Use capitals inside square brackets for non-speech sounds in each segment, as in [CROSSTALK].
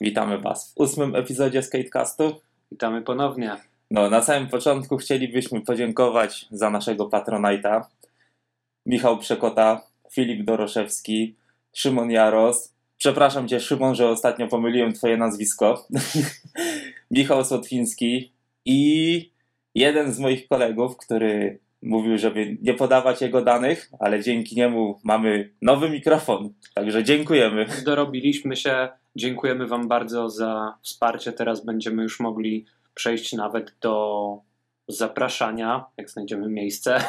Witamy Was w ósmym epizodzie Skatecastu. Witamy ponownie. No, na samym początku chcielibyśmy podziękować za naszego Patronite'a. Michał Przekota, Filip Doroszewski, Szymon Jaros. Przepraszam Cię, Szymon, że ostatnio pomyliłem Twoje nazwisko. [LAUGHS] Michał Sotwiński i jeden z moich kolegów, który mówił, żeby nie podawać jego danych, ale dzięki niemu mamy nowy mikrofon. Także dziękujemy. Tak. Dorobiliśmy się. Dziękujemy Wam bardzo za wsparcie. Teraz będziemy już mogli przejść nawet do zapraszania, jak znajdziemy miejsce,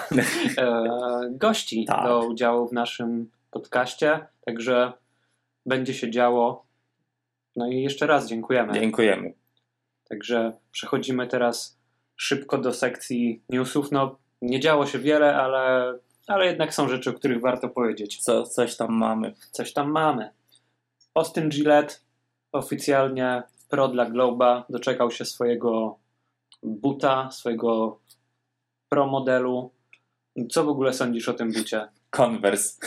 e, gości Tak. do udziału w naszym podcaście. Także będzie się działo. No i jeszcze raz dziękujemy. Dziękujemy. Także przechodzimy teraz szybko do sekcji newsów. No, nie działo się wiele, ale, ale jednak są rzeczy, o których warto powiedzieć. Co, coś tam mamy. coś tam mamy. Austin Gillette oficjalnie pro dla Globa doczekał się swojego buta, swojego pro modelu. Co w ogóle sądzisz o tym bucie? Converse.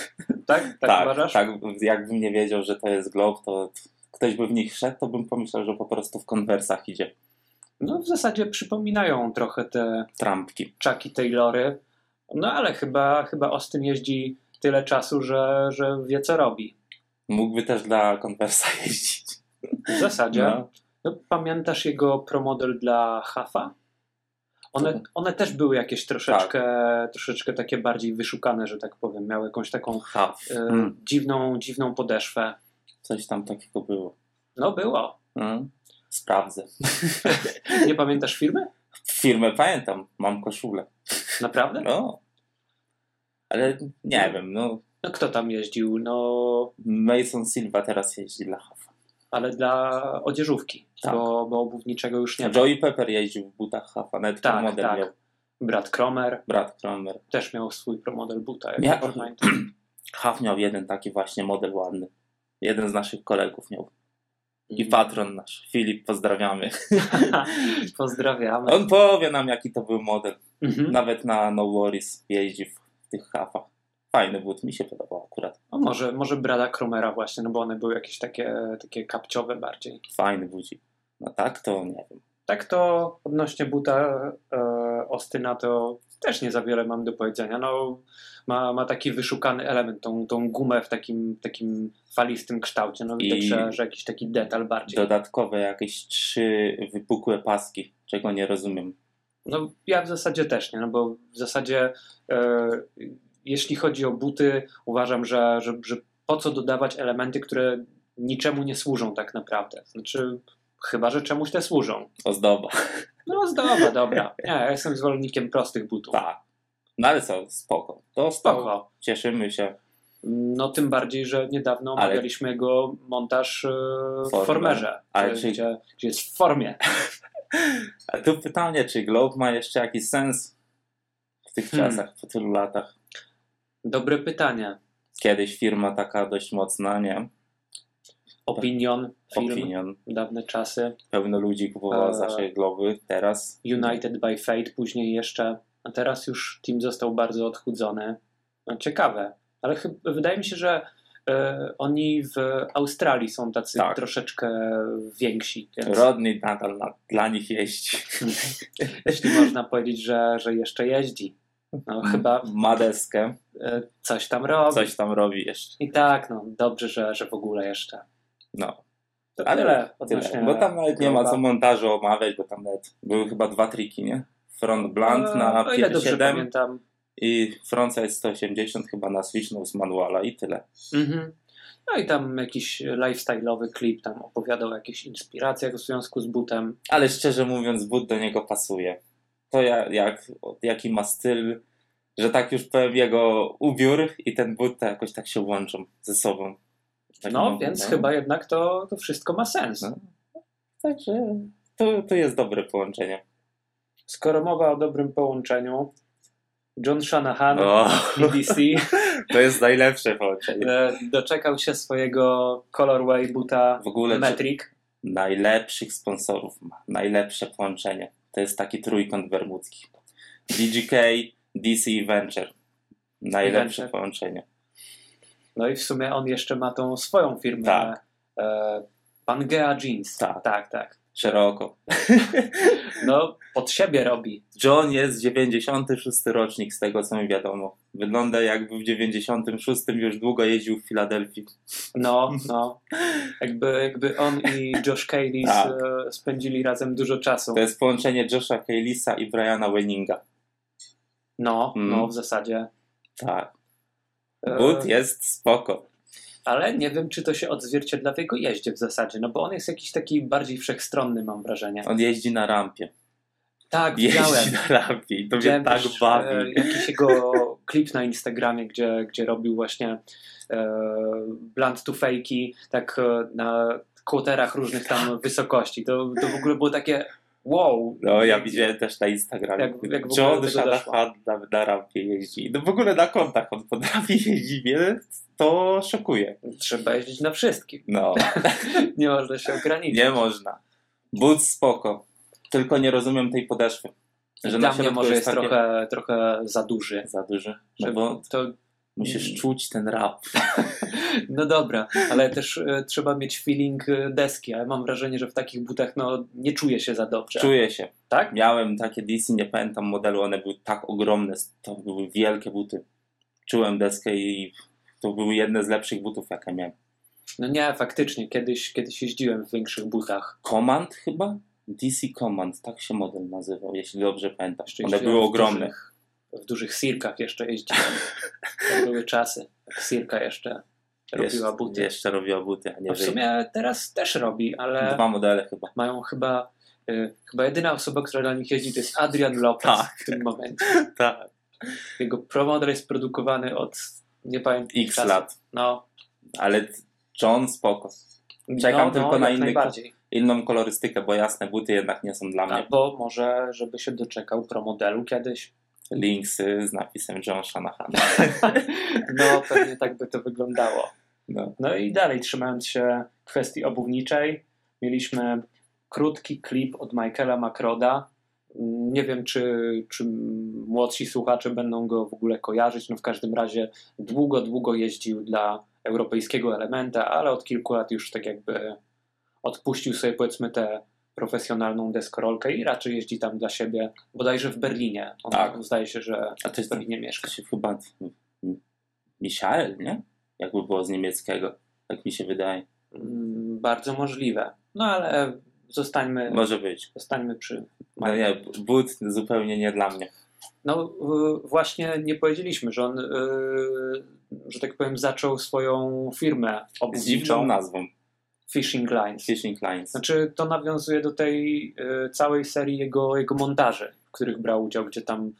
Tak? Tak, uważasz? tak, jakbym nie wiedział, że to jest glob, to ktoś by w nich wszedł, to bym pomyślał, że po prostu w konwersach idzie No w zasadzie przypominają trochę te trampki. Chucky Taylory, no ale chyba, chyba Austin jeździ tyle czasu, że, że wie co robi. Mógłby też dla konwersa [LAUGHS] jeździć. W zasadzie. No. No, pamiętasz jego promodel dla Hafa? One, Tak. one też były jakieś troszeczkę, troszeczkę takie bardziej wyszukane, że tak powiem. Miały jakąś taką Ha, e, Mm. dziwną, dziwną podeszwę. coś tam takiego było. No było. Mm. Sprawdzę. Nie pamiętasz firmy? Firmę pamiętam, mam koszulę. Naprawdę? No. Ale nie wiem, no. No kto tam jeździł? No, Mason Silva teraz jeździ dla Hafa. ale dla odzieżówki, Tak. bo, bo obuwniczego już nie ma. Joey Pepper jeździł w butach Hafa, nawet Tak, model tak. miał Brat Cromer brat Kramer. też miał swój promodel buta, jak Mia- pamiętam. Haf miał jeden taki właśnie model ładny. Jeden z naszych kolegów miał. I Mhm. patron nasz, Filip, pozdrawiamy. [LAUGHS] Pozdrawiamy. On powie nam, jaki to był model. Mhm. Nawet na No Worries jeździ w tych hafach. Fajny but, mi się podobał akurat. No może, może Brada Kromera właśnie, no bo one były jakieś takie, takie kapciowe bardziej. Fajny budzik. No tak, to nie wiem. Tak to odnośnie buta e, Ostyna to też nie za wiele mam do powiedzenia. No, ma, ma taki wyszukany element, tą, tą gumę w takim, takim falistym kształcie. No widać, I- że, że jakiś taki detal bardziej. Dodatkowe jakieś trzy wypukłe paski, czego nie rozumiem. No ja w zasadzie też nie, no bo w zasadzie e, jeśli chodzi o buty, uważam, że, że, że po co dodawać elementy, które niczemu nie służą tak naprawdę. Znaczy, chyba, że czemuś te służą. Ozdoba. No zdoba, dobra. Nie, ja jestem zwolennikiem prostych butów. Tak. No ale co, spoko. To spoko. Spoko. Cieszymy się. No tym bardziej, że niedawno Ale- omawialiśmy jego montaż e, Former. w formerze, Ale gdzie, czy- gdzie, gdzie jest w formie. A tu pytanie, czy Globe ma jeszcze jakiś sens w tych Hmm. czasach, po tylu latach? Dobre pytanie. Tak. Kiedyś firma taka dość mocna, nie? Opinion, film, Opinion. dawne czasy. Pełno ludzi kupowało Eee. zawsze Globy. Teraz United by Fate później jeszcze, a teraz już team został bardzo odchudzony. No, ciekawe, ale chyb- wydaje mi się, że e, oni w Australii są tacy Tak. troszeczkę więksi, więc Rodney nadal na, dla nich jeździ. jeśli można powiedzieć, że, że jeszcze jeździ. No chyba Ma deskę, e, coś tam robi. Mhm. coś tam robi jeszcze. I tak, no dobrze, że, że w ogóle jeszcze. No, To e, ale tyle tyle. odnośnie Bo tam nawet nie ma co Globa. montażu omawiać, bo tam nawet były chyba dwa triki, nie? Front blunt na E, O ile dobrze 7 pamiętam, i frontside 180 chyba na switchną z manuala i tyle. Mhm. No i tam jakiś lifestyle'owy klip, tam opowiadał o jakichś inspiracjach w związku z butem. Ale szczerze mówiąc, but do niego pasuje. To ja, jak, jaki ma styl, że tak już powiem, jego ubiór i ten but to jakoś tak się łączą ze sobą. Tak No, mam- więc chyba jednak to, to wszystko ma sens. No. Także to, to jest dobre połączenie. Skoro mowa o dobrym połączeniu, John Shanahan, O, [LAUGHS] BBC, to jest najlepsze połączenie. e, doczekał się swojego colorway buta W ogóle czy- Metric. najlepszych sponsorów ma, najlepsze połączenie. To jest taki trójkąt bermudzki. DGK, DC i Venture. Najlepsze Venture. połączenie. No i w sumie on jeszcze ma tą swoją firmę Tak. e, Pangea Jeans. Tak. tak, tak. Szeroko. No, pod siebie robi. John jest 96 rocznik, z tego co mi wiadomo. Wygląda jakby w 96 już długo jeździł w Filadelfii. No, no. Jakby, jakby on i Josh Cayley s- Tak. spędzili razem dużo czasu. To jest połączenie Josha Kalisa i Briana Wenninga. No, Mm. no, w zasadzie. Tak. E, But jest spoko. Ale nie wiem, czy to się odzwierciedla w jego jeździe w zasadzie, no bo on jest jakiś taki bardziej wszechstronny, mam wrażenie. On jeździ na rampie. Tak, widziałem. Jeździ na rampie i to mnie Widziałem tak też, e, bawi. jakiś jego [LAUGHS] klip na Instagramie, gdzie, gdzie robił właśnie e, blunt to fake'i, tak e, na kłoterach różnych Tak. tam wysokości. To, to w ogóle było takie wow. No, ja widziałem też na Instagramie. Jak- jak w ogóle do John tego doszło? Shanahan na, na rampie jeździ. No w ogóle na kontach on potrafi [LAUGHS] jeździć, mnie to szokuje. Trzeba jeździć na wszystkim. No, Nie można się ograniczyć. nie można. But spoko. Tylko nie rozumiem tej podeszwy. Że na Dla mnie środku może jest takie trochę, trochę za duży. Za duży. No Że mm. bo to, musisz czuć ten rap. no dobra, ale też e, trzeba mieć feeling e, deski, ale mam wrażenie, że w takich butach no, nie czuję się za dobrze. Czuję się. Tak? Miałem takie DC, nie pamiętam modelu, one były tak ogromne, to były wielkie buty. Czułem deskę i to były jedne z lepszych butów, jakie miałem. No nie, faktycznie, kiedyś, kiedyś jeździłem w większych butach. Command chyba? DC Command, tak się model nazywał, jeśli dobrze pamiętam. Jeszcze One jeździłem były w ogromne. Dużych, w dużych sirkach jeszcze jeździłem. To były czasy. jak Sirka jeszcze robiła Jeszcze- buty. Jeszcze robiła buty, a nie A w żyje. sumie e, teraz też robi, ale Dwa modele chyba. mają chyba. y, Chyba jedyna osoba, która dla nich jeździ, to jest Adrian Lopez Tak. w tym momencie. [LAUGHS] Tak. Jego promodel jest produkowany od nie pamiętam X czasu. lat. No, Ale John spoko. Czekam no, tylko no, na jak inny- najbardziej. Inną kolorystykę, bo jasne buty jednak nie są dla mnie. Albo może, żeby się doczekał promodelu kiedyś. Linksy z napisem John Shanahan. No, pewnie tak by to wyglądało. No. No i dalej, trzymając się kwestii obuwniczej, mieliśmy krótki klip od Michaela Macroda. Nie wiem, czy, czy młodsi słuchacze będą go w ogóle kojarzyć. No w każdym razie długo, długo jeździł dla europejskiego elementa, ale od kilku lat już tak jakby odpuścił sobie powiedzmy tę profesjonalną deskorolkę i raczej jeździ tam dla siebie, bodajże w Berlinie. On, Tak. on zdaje się, że A to w jest ten Berlinie mieszka. to się chyba Michael, nie? Jakby było z niemieckiego, tak mi się wydaje. Mm, Bardzo możliwe. No ale zostańmy, Może być. zostańmy przy. No nie, but zupełnie nie dla mnie. No y, właśnie nie powiedzieliśmy, że on, y, że tak powiem, zaczął swoją firmę Z dziwną obuwniczą nazwą. Fishing Lines. Fishing Lines. Znaczy to nawiązuje do tej y, całej serii jego, jego montaży, w których brał udział, gdzie tam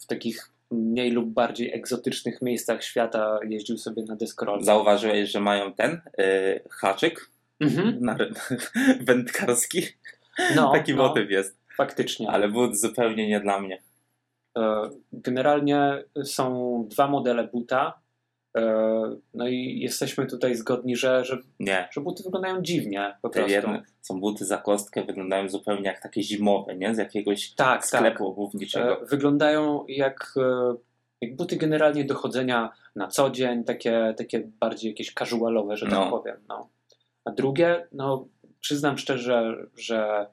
w takich mniej lub bardziej egzotycznych miejscach świata jeździł sobie na deskorolce. Zauważyłeś, że mają ten y, haczyk Mhm. na, ry- [LAUGHS] wędkarski? No, Taki no, motyw jest. Faktycznie. Ale but zupełnie nie dla mnie. E, Generalnie są dwa modele buta. e, No i jesteśmy tutaj zgodni, że, że, Nie. że buty wyglądają dziwnie po Te prostu. jedne są buty za kostkę, wyglądają zupełnie jak takie zimowe, nie? Z jakiegoś Tak, tak. sklepu obuwniczego. E, Wyglądają jak, e, jak buty generalnie do chodzenia na co dzień, takie, takie bardziej jakieś casualowe, że tak No. powiem. No. A drugie, no przyznam szczerze, że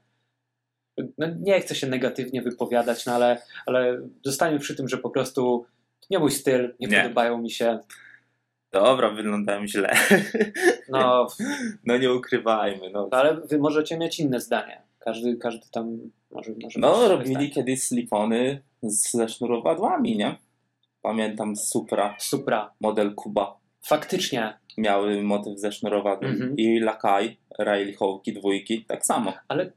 no, nie chcę się negatywnie wypowiadać, no ale, ale zostańmy przy tym, że po prostu nie mój styl, nie, Nie. podobają mi się. Dobra, wyglądają źle. [LAUGHS] No, No nie ukrywajmy. No, No Ale wy możecie mieć inne zdanie. Każdy, każdy tam może. może mieć no swoje robili zdanie. kiedyś slipony z- ze sznurowadłami, nie? Pamiętam z Supra, Supra. model Kuba. Faktycznie, Miały motyw ze sznurowadłem. Mhm. I Lakai, Riley Hawki, dwójki, tak samo. ale y,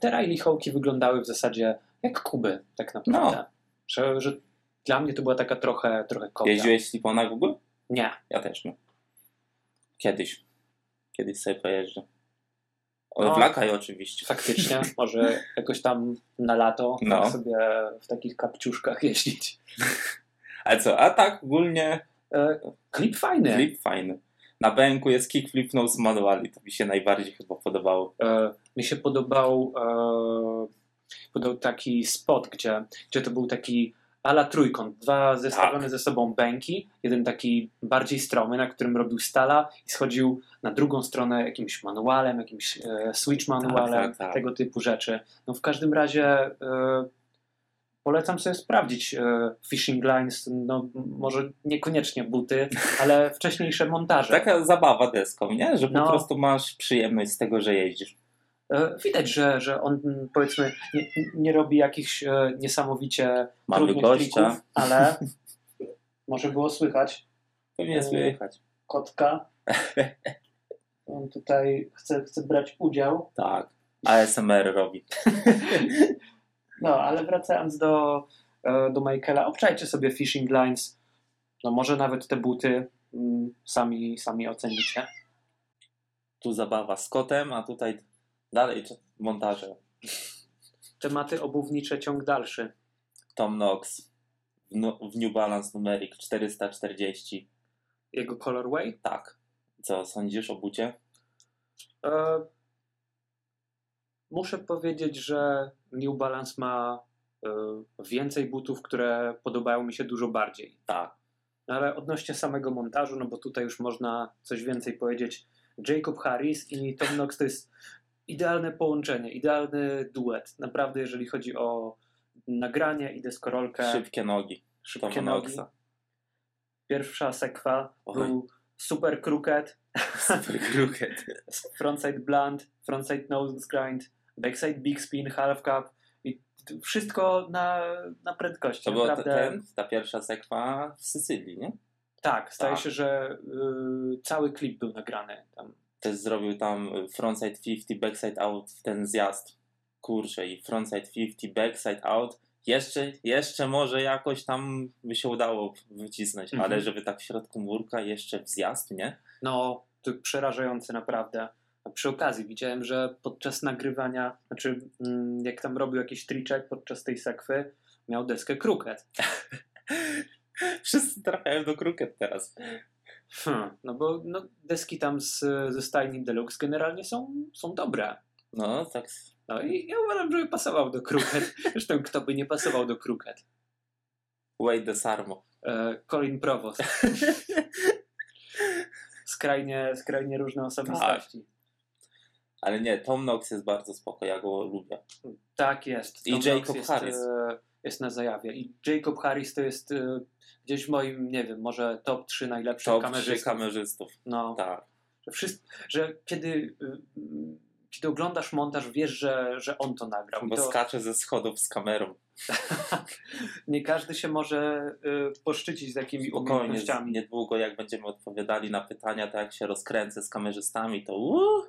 te Riley Hołki wyglądały w zasadzie jak Kuby, tak No. naprawdę. Że, że dla mnie to była taka trochę, trochę kopia. Jeździłeś w sliponach w ogóle? Nie. Ja też nie. Kiedyś. Kiedyś sobie pojeżdżę. No. Odwlakaj oczywiście. Faktycznie, może jakoś tam na lato No. tak sobie w takich kapciuszkach jeździć. A co? A tak ogólnie E, klip fajny. flip fajny. Na bęku jest kickflip no manuali. To mi się najbardziej chyba podobało. E, mi się podobał, e, podobał taki spot, gdzie, gdzie to był taki ala trójkąt, dwa zestawione Tak. ze sobą bęki, jeden taki bardziej stromy, na którym robił stala i schodził na drugą stronę jakimś manualem, jakimś e, switch manualem, tak, tak. tego typu rzeczy. No w każdym razie e, polecam sobie sprawdzić e, fishing lines, no może niekoniecznie [LAUGHS] buty, ale wcześniejsze montaże. Taka zabawa deską, nie? Że po No. prostu masz przyjemność z tego, że jeździsz. E, Widać, że, że on mm, powiedzmy nie, nie robi jakichś e, niesamowicie Mamy trudnych gościa. trików, [LAUGHS] ale może było słychać Yy. Pewnie słychać. [LAUGHS] kotka. On tutaj chce, chce brać udział. Tak. ASMR robi. No, ale wracając do, e, do Michaela, obczajcie sobie fishing lines. No może nawet te buty mm, sami, sami ocenicie. Tu zabawa z kotem, a tutaj dalej czy- montaże. Tematy obuwnicze ciąg dalszy. Tom Knox w, nu- w New Balance numerik 440. Jego colorway? Tak. Co sądzisz o bucie? E, Muszę powiedzieć, że New Balance ma e, więcej butów, które podobają mi się dużo bardziej. Tak. No ale odnośnie samego montażu, no bo tutaj już można coś więcej powiedzieć. Jacob Harris i Tom Knox to jest idealne połączenie, idealny duet. Naprawdę, jeżeli chodzi o nagranie i deskorolkę, Szybkie [LAUGHS] nogi. szybkie Toma nogi. Knoxa. Pierwsza sekwa Oj. był super kruket, Super kruket. frontside blunt, frontside nose grind, backside big spin, half cup i t- wszystko na, na prędkości. To była te- naprawdę. ten, ta pierwsza sekwa w Sycylii, nie? Tak, staje Tak. się, że y, cały klip był nagrany tam. Też zrobił tam y, frontside 50, backside out w ten zjazd. Kurczę, i frontside 50, backside out. Jeszcze, jeszcze może jakoś tam by się udało wycisnąć, Mhm. ale żeby tak w środku murka jeszcze w zjazd, nie? [LAUGHS] No, to przerażające naprawdę. A przy okazji widziałem, że podczas nagrywania, znaczy mm, jak tam robił jakiś triczek podczas tej sekwy, miał deskę kruket. Wszyscy trafiają do kruket teraz. Hmm, no bo no, deski tam z, ze stajni Deluxe generalnie są, są dobre. No, tak. s- No i ja uważam, żeby pasował do Kruket. [LAUGHS] Zresztą kto by nie pasował do Kruket? Wade de Sarmo. E, Colin Provost. Skrajnie, skrajnie różne Tak. osobistości. Ale nie, Tom Knox jest bardzo spoko, ja go lubię. Tak, jest. I Knox Jacob jest, Harris. e, Jest na zajawie. I Jacob Harris to jest e, gdzieś w moim, nie wiem, może top 3 najlepszych Top trzy kamerzystów. kamerzystów. No. Tak, Że, wszyscy, że kiedy, y, mm, kiedy oglądasz montaż, wiesz, że, że on to nagrał. I bo to, skacze ze schodów z kamerą. nie każdy się może y, poszczycić takimi Spokojnie, z- umiejętnościami. niedługo jak będziemy odpowiadali na pytania, to jak się rozkręcę z kamerzystami, to uuu,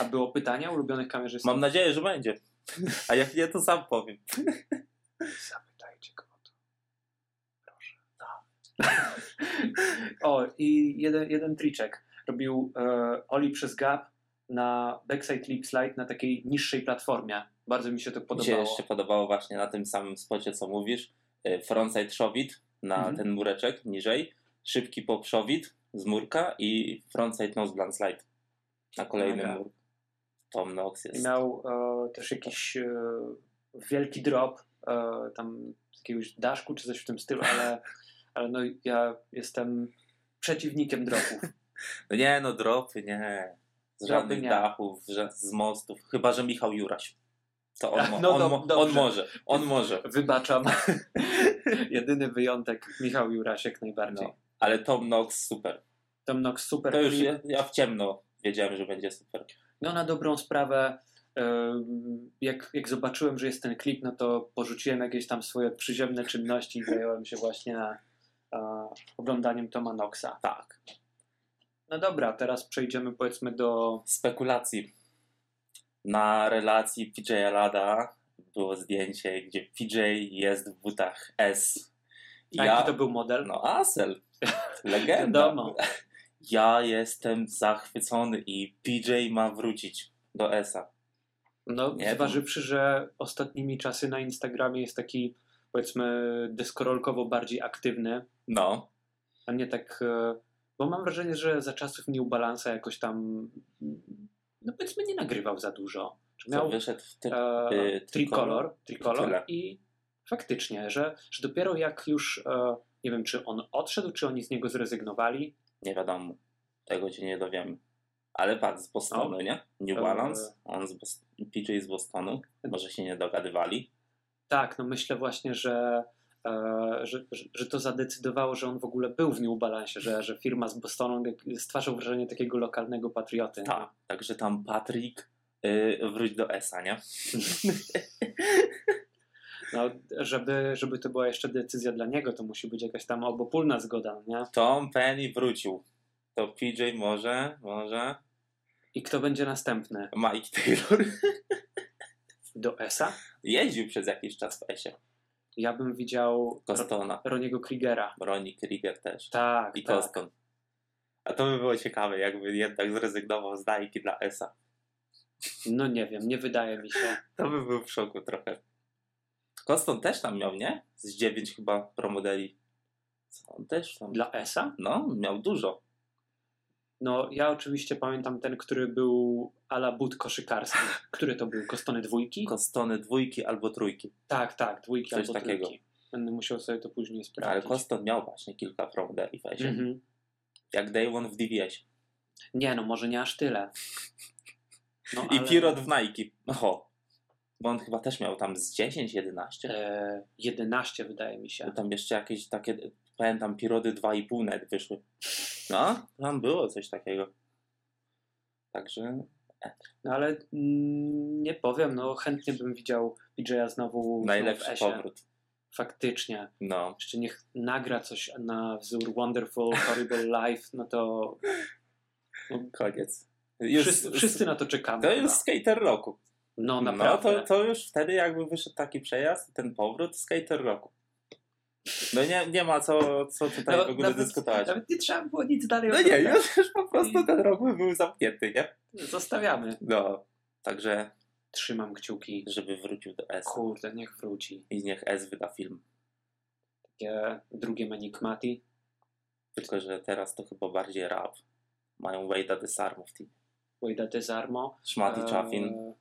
A było pytania ulubionych kamerzystów? mam nadzieję, że będzie. A jak nie, to sam powiem. Zapytajcie go o to. Proszę. Tak. o, i jeden, jeden triczek. Robił e, Oli przez gap na backside lip slide na takiej niższej platformie. Bardzo mi się to Mi się podobało. jeszcze podobało właśnie na tym samym spocie, co mówisz. y, Frontside szowit na Mhm. ten mureczek niżej, szybki pop szowit z murka i frontside nose blunt slide na kolejnym Mega. murku. Tom Knox I jest. miał e, też jakiś e, wielki drop e, tam z jakiegoś daszku czy coś w tym stylu, ale, ale no ja jestem przeciwnikiem dropów. No nie, no dropy nie. Z Dropy żadnych nie. dachów, ża- z mostów. Chyba, że Michał Juraś. To on, mo- [LAUGHS] No on, dob- mo- on dobrze. może. On może. [LAUGHS] Wybaczam. Jedyny wyjątek Michał Jurasiek najbardziej. No. Ale Tom Knox super. Tom Knox super. To już klip. ja, ja w ciemno wiedziałem, że będzie super. No na dobrą sprawę, em, jak, jak zobaczyłem, że jest ten klip, no to porzuciłem jakieś tam swoje przyziemne czynności i zająłem się właśnie e, oglądaniem Toma Knoxa. Tak. No dobra, teraz przejdziemy powiedzmy do... Spekulacji. Na relacji PJ Lada było zdjęcie, gdzie PJ jest w butach S. I A jaki to był model? No [LAUGHS] Asel. Legenda. Wiadomo. Ja jestem zachwycony i PJ ma wrócić do S-a. No, Nie, to- zważywszy, że ostatnimi czasy na Instagramie jest taki powiedzmy deskorolkowo bardziej aktywny, No. a nie tak, e, bo mam wrażenie, że za czasów New Balance'a jakoś tam, no powiedzmy, nie nagrywał za dużo. Czy Co miał wyszedł w tym. e, y, tricolor, tricolor Tyle. i faktycznie, że, że dopiero jak już, e, nie wiem, czy on odszedł, czy oni z niego zrezygnowali. Nie wiadomo. Tego się nie dowiemy. Ale patrz, z Bostonu, No. nie? New Eee. Balance, on z Bos- PJ z Bostonu. Może się nie dogadywali. Tak, no myślę właśnie, że, e, że, że, że to zadecydowało, że on w ogóle był w New Balance, że, że firma z Bostonu stwarzał wrażenie takiego lokalnego patrioty. Tak, także tam Patrick, yy, wróć do ESA, nie? No, żeby, żeby to była jeszcze decyzja dla niego, to musi być jakaś tam obopólna zgoda, nie? Tom Penny wrócił. To PJ może, może. I kto będzie następny? Mike Taylor [LAUGHS] Do ESA? jeździł przez jakiś czas w ESie. Ja bym widział Costona, Roniego Krigera. Ronnie Krieger też. Tak, I tak. Coston. A to by było ciekawe, jakby jednak zrezygnował z Nike dla ESA. No nie wiem, nie wydaje mi się. To by był w szoku trochę. Coston też tam miał, nie? Z dziewięć chyba promodeli. Co on też tam? Dla ESA? No, miał dużo. No ja oczywiście pamiętam ten, który był ala but koszykarski. [LAUGHS] Który to był? Kostony dwójki? Costony dwójki albo trójki. Tak, tak, dwójki Coś albo takiego. trójki. Będę musiał sobie to później No, ale sprawdzić. Coston miał właśnie kilka promodeli w ESie. mhm. Jak Day One w DVS. Nie, no może nie [LAUGHS] aż tyle. No, I ale- Pirot w Nike. Oho. Bo on chyba też miał tam z 10, 11. E, 11 wydaje mi się. Bo tam jeszcze jakieś takie, pamiętam, Pirody 2,5 net wyszły. No, tam było coś takiego. Także No ale mm, nie powiem, no chętnie bym widział PJ'a znowu najlepszy w ESie. powrót. Faktycznie. No, Jeszcze niech nagra coś na wzór Wonderful, Horrible [LAUGHS] Life, no to koniec. Już, wszyscy, wszyscy na to czekamy. To chyba. już skater roku. No No, naprawdę. to, to już wtedy jakby wyszedł taki przejazd, ten powrót, skater roku. No nie, nie ma co, co tutaj No, w ogóle nawet- dyskutować. Nawet nie trzeba było nic dalej No nie, oglądać. już, już po prostu ten rok by był zamknięty, nie? Zostawiamy. No, także Trzymam kciuki. żeby wrócił do S Kurde, niech wróci. i niech S wyda film. Takie drugie Menigmati. Tylko, że teraz to chyba bardziej rap. Mają Wade'a Desarmu w teamie. Wojda Desarmo. Szmati Chaffin, e,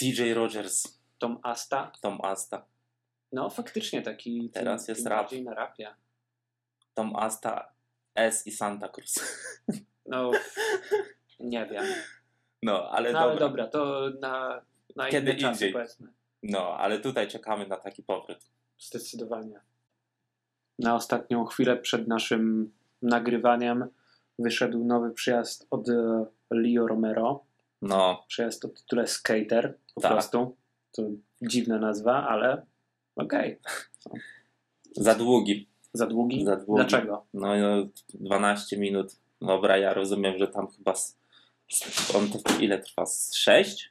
DJ Rogers, Tom Asta. Tom Asta. No faktycznie taki Teraz tym, jest tym rap. bardziej na rapie. Tom Asta, S i Santa Cruz. [LAUGHS] No nie wiem. No, ale No ale dobra. dobra, to na, na Kiedy inne czasy indziej. powiedzmy. No, ale tutaj czekamy na taki powrót. Zdecydowanie. Na ostatnią chwilę przed naszym nagrywaniem wyszedł nowy przyjazd od e, Leo Romero. No, Przyjazd o tytule Skater po Tak. prostu. To dziwna nazwa, ale okej. za długi. Za długi? Za długi. Dlaczego? No, no, 12 minut. Dobra, ja rozumiem, że tam chyba. S, s, on to ile trwa? 6?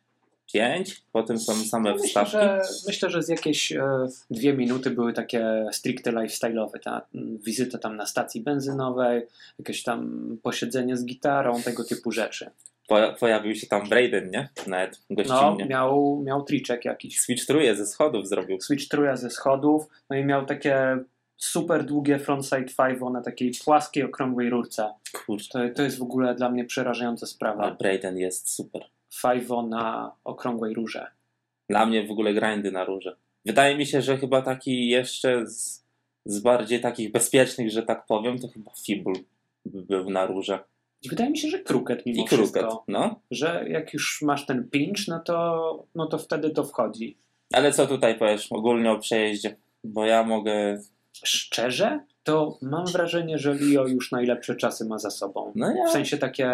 5? Potem są same Myślę No wstawki. że, myślę, że z jakieś e, dwie minuty były takie stricte lifestyle'owe. Ta mm, wizyta tam na stacji benzynowej, jakieś tam posiedzenie z gitarą, tego typu rzeczy. Po, pojawił się tam Brayden, nie? Nawet No, gościnnie. miał, miał triczek jakiś. Switch truje ze schodów zrobił. Switch trójka ze schodów, no i miał takie super długie frontside five na takiej płaskiej, okrągłej rurce. Kurczę, To, to jest w ogóle dla mnie przerażająca sprawa. Brayden jest super. Five na okrągłej rurze. Dla mnie w ogóle grindy na róże. Wydaje mi się, że chyba taki jeszcze z, z bardziej takich bezpiecznych, że tak powiem, to chyba Fibul był na róże. I wydaje mi się, że kruket mimo I Kruget, wszystko, no. że jak już masz ten pinch, no to, no to wtedy to wchodzi. Ale co tutaj powiesz ogólnie o przejeździe? Bo ja mogę... Szczerze, to mam wrażenie, że Leo już najlepsze czasy ma za sobą. No ja... W sensie takie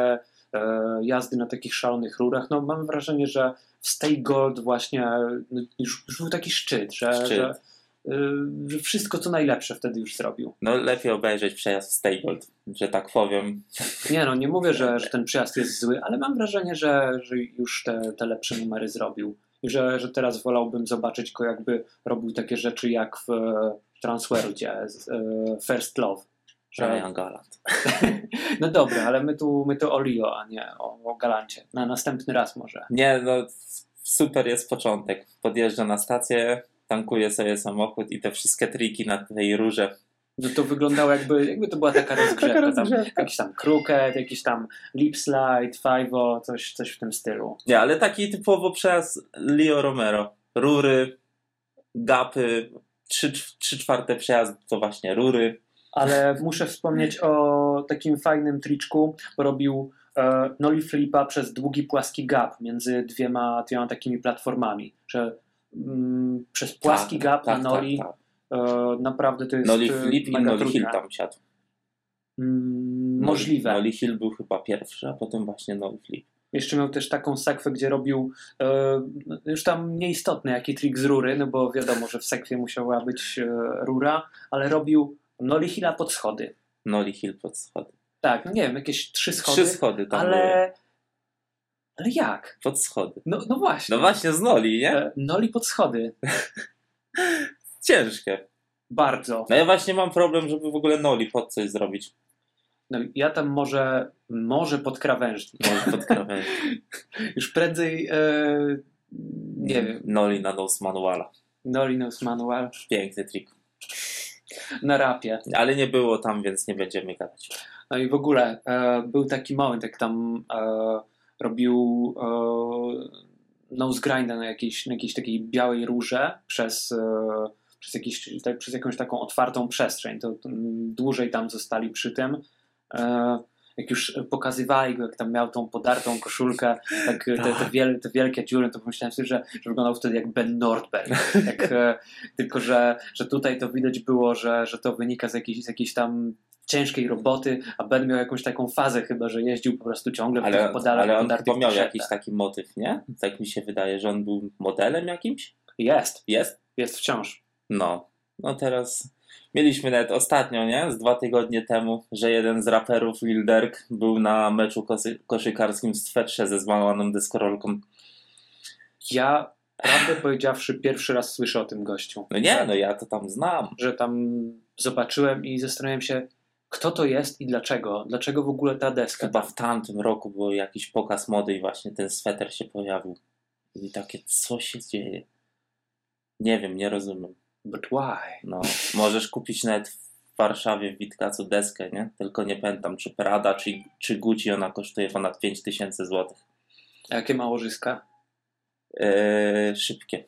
e, jazdy na takich szalonych rurach, no mam wrażenie, że w Stay Gold właśnie no, już, już był taki szczyt, że, Szczyt. Że, e, że wszystko co najlepsze wtedy już zrobił. No lepiej obejrzeć przejazd w Stabled, że tak powiem. Nie no, nie mówię, że, że ten przyjazd jest zły, ale mam wrażenie, że, że już te, te lepsze numery zrobił. I że, że teraz wolałbym zobaczyć go jakby robił takie rzeczy jak w e, Transworldzie, z, e, First Love. Że, Ryan Galant. no dobra, ale my tu, my tu o Leo, a nie o, o Galancie. Na następny raz może. Nie, no super jest początek. Podjeżdża na stację, tankuje sobie samochód i te wszystkie triki na tej róże No to wyglądało jakby, jakby to była [LAUGHS] taka rozgrzewka. Taka tam, rozgrzewka. jakiś tam kruket, jakiś tam lip slide, five coś, coś w tym stylu. Nie, ale taki typowo przez Leo Romero. Rury, gapy, trzy, trzy czwarte przejazd to właśnie rury. ale muszę wspomnieć o takim fajnym triczku, bo robił e, nollie flipa przez długi płaski gap między dwiema, dwiema takimi platformami, że mm, przez płaski Tak, gap tak, na noli tak, tak. E, naprawdę to jest Noli e, Flip i mega Noli trudne. Hill tam siadł. Mm, Możliwe. No Noli Hill był chyba pierwszy, a potem właśnie Noli Flip. Jeszcze miał też taką sekwę, gdzie robił e, już tam nieistotny jaki trik z rury, no bo wiadomo, że w sekwie musiała być e, rura, ale robił Noli Hila pod schody. Noli Hill pod schody. Tak, nie wiem, jakieś trzy schody, Trzy schody tam były. ale... Ale jak? Pod schody. No, no właśnie. No właśnie z Noli, nie? E, Noli pod schody. Ciężkie. Bardzo. No ja właśnie mam problem, żeby w ogóle Noli pod coś zrobić. No, ja tam może, może pod krawężnik. Może pod krawędź. Już prędzej, e, [LAUGHS] nie wiem, Noli na nos manuala. Noli knows manual Piękny trik. na rapie. Ale nie było tam, więc nie będziemy gadać. No i w ogóle e, był taki moment, jak tam e, robił e, nose grinda na jakiejś, na jakiejś takiej białej rurze przez, e, przez, jakiś, tak, przez jakąś taką otwartą przestrzeń. To, to, mm, dłużej tam zostali przy tym. E, jak już pokazywali go, jak tam miał tą podartą koszulkę, tak, te, te, wiel, te wielkie dziury, to pomyślałem sobie, że, że wyglądał wtedy jak Ben Nordberg. Jak, e, tylko, że, że tutaj to widać było, że, że to wynika z jakiejś, z jakiejś tam ciężkiej roboty, a Ben miał jakąś taką fazę chyba, że jeździł po prostu ciągle po Ale, tych podar- ale on podartych chyba miał t-shirtach. jakiś taki motyw, nie? Tak mi się wydaje, że on był modelem jakimś? Jest, Jest? jest wciąż. No. No teraz mieliśmy nawet ostatnio, nie? Z dwa tygodnie temu, że jeden z raperów Lil Durk był na meczu kosy- koszykarskim w swetrze ze złamaną deskorolką. Ja, prawdę powiedziawszy, pierwszy raz słyszę o tym gościu. No nie, no ja to tam znam. Że tam zobaczyłem i zastanawiam się, kto to jest i dlaczego. Dlaczego w ogóle ta deska? Chyba w tamtym roku był jakiś pokaz mody i właśnie ten sweter się pojawił. I takie, co się dzieje? Nie wiem, nie rozumiem. But why? No, możesz kupić nawet w Warszawie w Witkacu deskę, nie? Tylko nie pamiętam, czy Prada, czy, czy Gucci, ona kosztuje ponad 5000 zł. A Jakie ma łożyska? Eee, szybkie.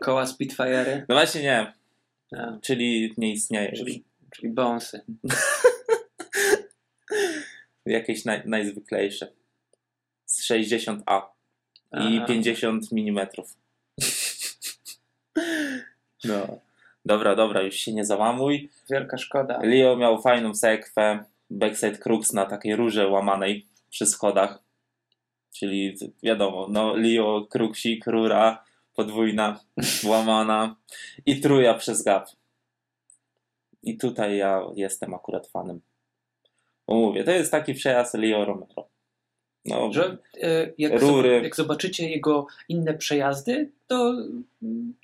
Koła Spitfire'y? No właśnie nie, A, czyli nie istnieje. Czyli Czyli, czyli bonsy. jakieś naj, najzwyklejsze. Z 60A i Aha. 50 mm. [LAUGHS] No. Dobra, dobra, już się nie załamuj. Wielka szkoda. Leo miał fajną sekwę backside crux na takiej rurze łamanej przy schodach. Czyli t- wiadomo, no Leo, kruksik, rura podwójna, [LAUGHS] łamana i truja przez gap. I tutaj ja jestem akurat fanem. Bo mówię, to jest taki przejazd Leo Romero. No, Że, e, jak, Rury. Rury. jak zobaczycie jego inne przejazdy, to,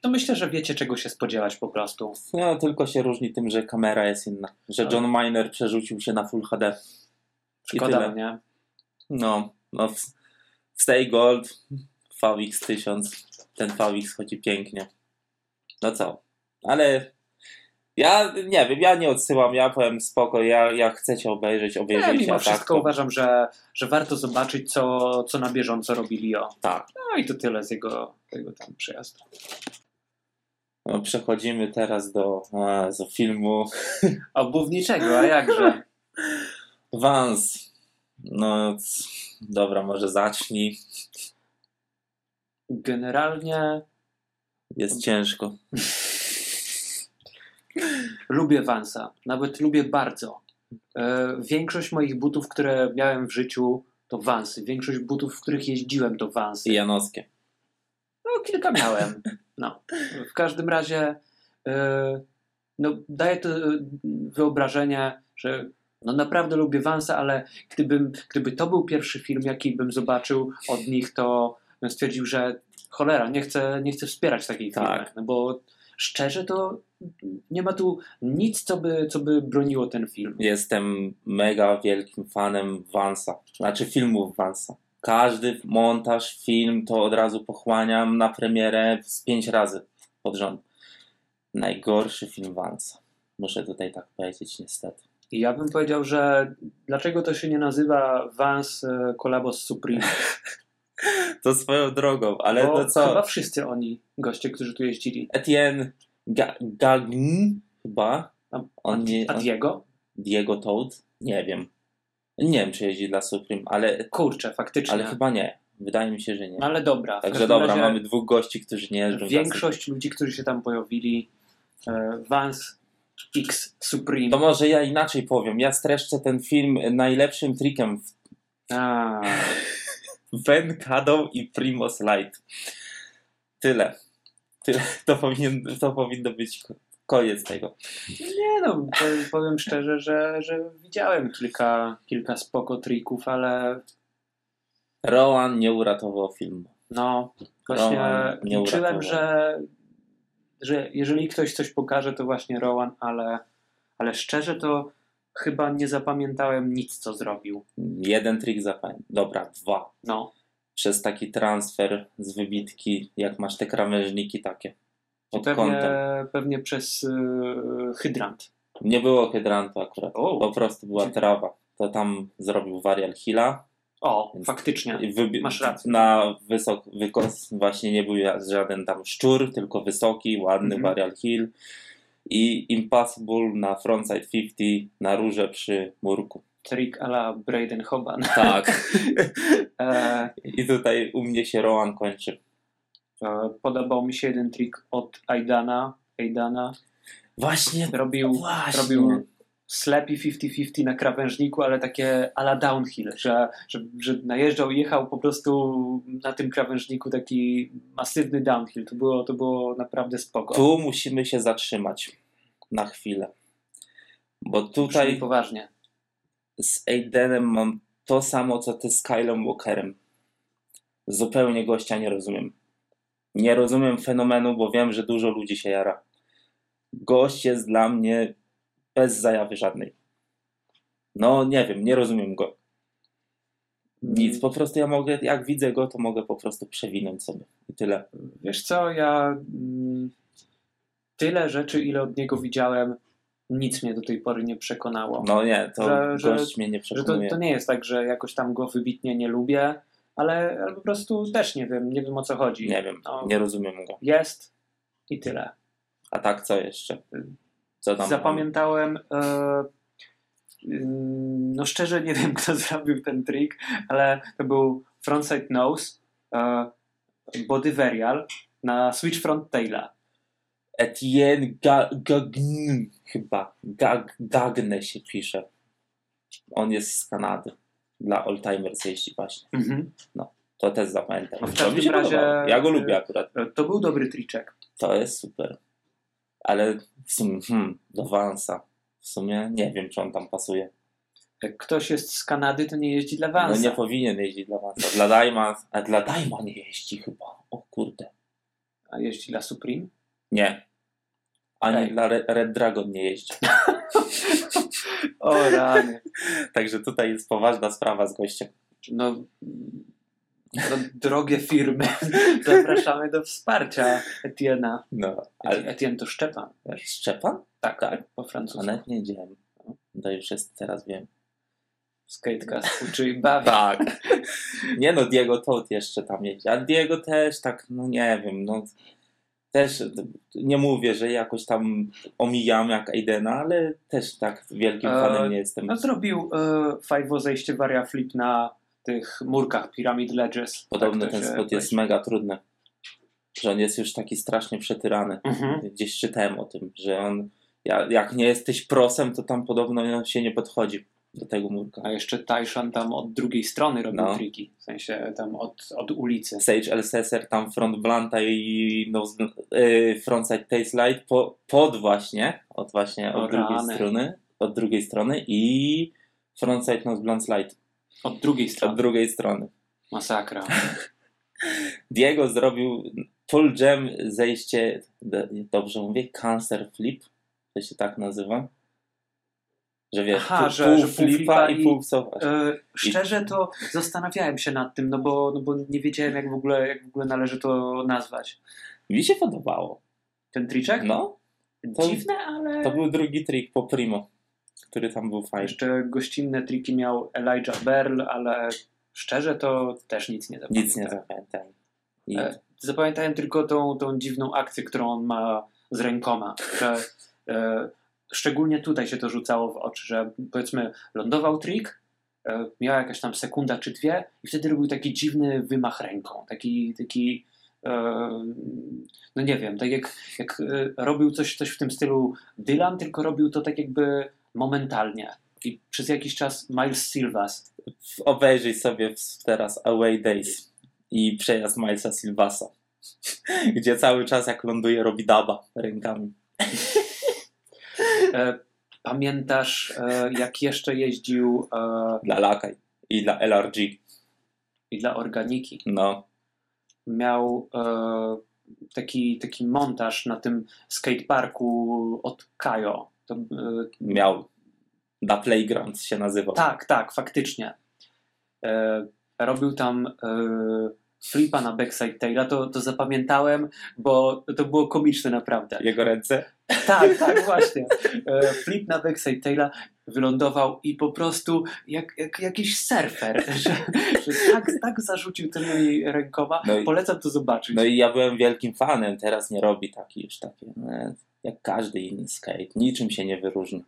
to myślę, że wiecie czego się spodziewać po prostu. no, tylko się różni tym, że kamera jest inna. Że John Miner przerzucił się na Full HD. Szkoda, tyle. nie? No, no w, w Stay Gold, VX1000, ten VX chodzi pięknie. No co, ale ja nie wiem, ja nie odsyłam, ja powiem spoko, ja, ja chcecie obejrzeć, Ja obejrzyjcie. E, mimo a tak wszystko to- uważam, że, że warto zobaczyć, co, co na bieżąco robi Leo. Tak, No i to tyle z jego, jego tam przejazdu. no, przechodzimy teraz do, a, do filmu Obuwniczego, a jakże? [LAUGHS] Vance. No, c- dobra, może zacznij, Generalnie jest ciężko. lubię Vansa, nawet lubię bardzo. E, większość moich butów, które miałem w życiu, to Vansy. Większość butów, w których jeździłem, to Vansy. I Janowskie. No, kilka miałem. No. W każdym razie e, no, daje to e, wyobrażenie, że no naprawdę lubię Vansa, ale gdybym, gdyby to był pierwszy film, jaki bym zobaczył od nich, to bym stwierdził, że cholera, nie chcę, nie chcę wspierać takiej Tak. firmy. No bo szczerze to nie ma tu nic, co by, co by broniło ten film. Jestem mega wielkim fanem Vansa, znaczy filmów Vansa. Każdy montaż, film to od razu pochłaniam na premierę z pięć razy pod rząd. Najgorszy film Vansa. Muszę tutaj tak powiedzieć, niestety. I ja bym powiedział, że dlaczego to się nie nazywa Vans e, Collabo z y, Supreme? To swoją drogą, ale Bo no co? Chyba wszyscy oni, goście, którzy tu jeździli. Etienne Ga- Gagn chyba. A- On nie, A on, Diego? Diego Toad? Nie wiem. Nie wiem, czy jeździ dla Supreme, ale, Kurczę, faktycznie. ale chyba nie. Wydaje mi się, że nie. No ale dobra. w Także każdym dobra, razie mamy dwóch gości, którzy nie jeżdżą dla Większość ludzi, którzy się tam pojawili, e, Vans X Supreme. Supreme. To może ja inaczej powiem. Ja streszczę ten film najlepszym trikiem w A, Ven Kadą i Primoz Light. Tyle. Tyle. To, powinien, to powinno być ko- koniec tego. nie no, powiem, powiem szczerze, że, że widziałem kilka, kilka spoko trików, ale Rowan nie uratował filmu. no, właśnie Rowan nie liczyłem, uratował. że, że jeżeli ktoś coś pokaże, to właśnie Rowan, ale, ale szczerze to chyba nie zapamiętałem nic, co zrobił. Jeden trik zapamiętam. Dobra, dwa. No, przez taki transfer z wybitki, jak masz te krawężniki takie pod pewnie, kątem. pewnie przez y, hydrant. Nie było hydrantu akurat, O, po prostu była trawa. To tam zrobił Varial Hilla. o faktycznie. I wybi- Masz rację. Na wysok, wykos właśnie nie był ja- żaden tam szczur, tylko wysoki, ładny Mhm. Varial Hill. I Impossible na frontside 50 na rurze przy murku. Trick a la Braden Hoban. [LAUGHS] Tak. E, I tutaj u mnie się Rowan kończy. e, podobał mi się jeden trik od Aidana. Aidana Właśnie, robił, właśnie. robił sleepy 50-50 na krawężniku, ale takie ala downhill, że, że, że najeżdżał i jechał po prostu na tym krawężniku taki masywny downhill. To było, to było naprawdę spoko. Tu musimy się zatrzymać na chwilę. Bo Brzmi tutaj poważnie. z Aidenem mam to samo, co ty z Kylem Walkerem. Zupełnie gościa nie rozumiem. Nie rozumiem fenomenu, bo wiem, że dużo ludzi się jara. Gość jest dla mnie bez zajawy żadnej. No nie wiem, nie rozumiem go. Mhm. Nic, po prostu ja mogę, jak widzę go, to mogę po prostu przewinąć sobie. I tyle. Wiesz co, ja mm, tyle rzeczy, ile od niego widziałem, nic mnie do tej pory nie przekonało. No nie, to Że- że- gość mnie nie Że to, przekonuje. to nie jest tak, że jakoś tam go wybitnie nie lubię, ale, ale po prostu też nie wiem, nie wiem o co chodzi. Nie wiem, No. nie rozumiem go. Jest i tyle. A tak, co jeszcze? Co tam? Zapamiętałem. E, ym, no szczerze nie wiem, [LAUGHS] kto zrobił ten trik, ale to był frontside nose, e, body varial na switch front taila. Etienne Ga- Gagn, chyba. Gag- Gagne się pisze. On jest z Kanady. Dla oldtimers jeździ właśnie. To też zapamiętam. No w to mi każdym się razie- podobało. Ja go lubię akurat. E, To był dobry triczek. To jest super. Ale w sumie, hmm, do Vansa. W sumie nie wiem, czy on tam pasuje. Jak ktoś jest z Kanady, to nie jeździ dla No Vansa. nie powinien jeździć dla Vansa. Dla Daima, a dla Daima nie jeździ chyba. O kurde. A jeździ dla Supreme. Nie. Ani Ej. dla Re- Red Dragon nie jeździ. [LAUGHS] O rany. Także tutaj jest poważna sprawa z gościem. No, no drogie firmy, [LAUGHS] zapraszamy do wsparcia Etiena. No, ale Etienne to Szczepan, wiesz? Szczepan? Tak, Tak. po francusku. Nawet nie wiedziałem. To już jest, teraz wiem. Skatecast uczy i bawi. Tak. [LAUGHS] nie no, Diego Todd jeszcze tam jeździ. A Diego też tak, no nie wiem, no też nie mówię, że jakoś tam omijam jak Aidena, ale też tak wielkim Eee, fanem nie jestem. No, zrobił e, Fajwo zejście waria flip na tych murkach Pyramid Ledges. Podobno Tak to ten się- spot jest mega trudny. Że on jest już taki strasznie przetyrany. Mhm. Gdzieś czytałem o tym, że on, ja- jak nie jesteś prosem, to tam podobno się nie podchodzi do tego murka. A jeszcze Taishan tam od drugiej strony robił No. triki. W sensie tam od, od ulicy. Sage LSSR, tam front blanta i nose, yy, frontside tail slide po, pod właśnie, od właśnie O od drugiej rany. strony, od drugiej strony i frontside nose blunt slide Od drugiej od strony. drugiej strony. Masakra. Diego zrobił full jam zejście, d- dobrze mówię, cancer flip, to się tak nazywa, że wiesz, Aha, pół, że- pół że pół flipa, flipa i i- pół cofasz. E, szczerze to zastanawiałem się nad tym, no bo, no bo nie wiedziałem jak w, ogóle, jak w ogóle należy to nazwać. Mi się podobało. Ten triczek? No, to- Dziwne, ale... to był drugi trik po Primo, który tam był fajny. Jeszcze gościnne triki miał Elijah Berl, ale szczerze to też nic nie zapamiętałem. Nic nie zapamiętam. I E, Zapamiętałem tylko tą, tą dziwną akcję, którą on ma z rękoma. Że, e, szczególnie tutaj się to rzucało w oczy, że powiedzmy lądował trik, e, miała jakaś tam sekunda czy dwie i wtedy robił taki dziwny wymach ręką. Taki, taki e, no nie wiem, tak jak, jak e, robił coś, coś w tym stylu Dylan, tylko robił to tak jakby momentalnie. I przez jakiś czas Miles Silvas. obejrzyj sobie w- teraz Away Days i przejazd Milesa Silvasa, [LAUGHS] gdzie cały czas jak ląduje robi daba rękami. E, pamiętasz, e, jak jeszcze jeździł e, Dla Lakaj i dla LRG. i dla organiki. No, Miał e, taki, taki montaż na tym skateparku od Kajo. To, e, miał. Da Playground się nazywał. tak, tak, faktycznie. E, robił tam e, flipa na backside taila, to, to zapamiętałem, bo to było komiczne naprawdę. Jego ręce. Tak, tak, właśnie. E, Flip na backside taila wylądował i po prostu jak, jak jakiś surfer, że, że tak, tak zarzucił tymi rękoma. No i- Polecam to zobaczyć. No i ja byłem wielkim fanem, teraz nie robi taki już takie, e, jak każdy inny skate. Niczym się nie wyróżni.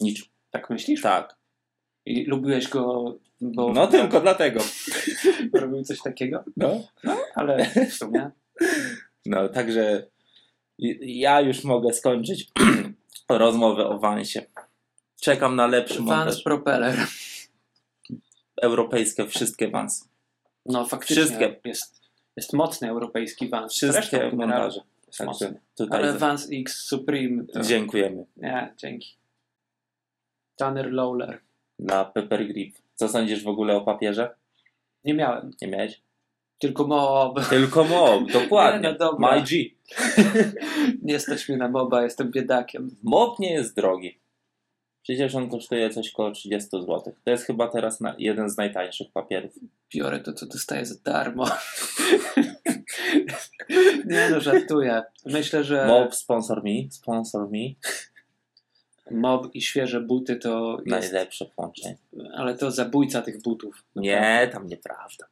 Niczym. Tak myślisz? Tak. I lubiłeś go, bo No tylko dlatego. robił coś takiego, No. ale w [LAUGHS] sumie No, także i- ja już mogę skończyć [CLEARS THROAT] rozmowę o Vansie. Czekam na lepszy Vans montaż. Propeller. Europejskie, wszystkie Vans. No faktycznie Wszystkie. jest, jest mocny europejski Vans. Zresztą Wszystkie generalnie montaże. jest Także mocny. tutaj Ale za- Vans X Supreme to... dziękujemy Nie, dzięki. Tanner Lowler. na Pepper Grip. Co sądzisz w ogóle o papierze? Nie miałem, Nie miałeś? tylko mob. Tylko mob, dokładnie. [LAUGHS] Nie, no dobra. My G. [LAUGHS] Nie stać mnie na moba, jestem biedakiem. Mop nie jest drogi. Przecież on kosztuje coś koło 30 zł. To jest chyba teraz na jeden z najtańszych papierów. Biorę to, co dostaję za darmo. [LAUGHS] Nie no, żartuję. Myślę, że mob, Mop, sponsor mi, sponsor mi. i świeże buty to jest, Najlepsze połączenie. ale to zabójca tych butów. Nie, tam nieprawda.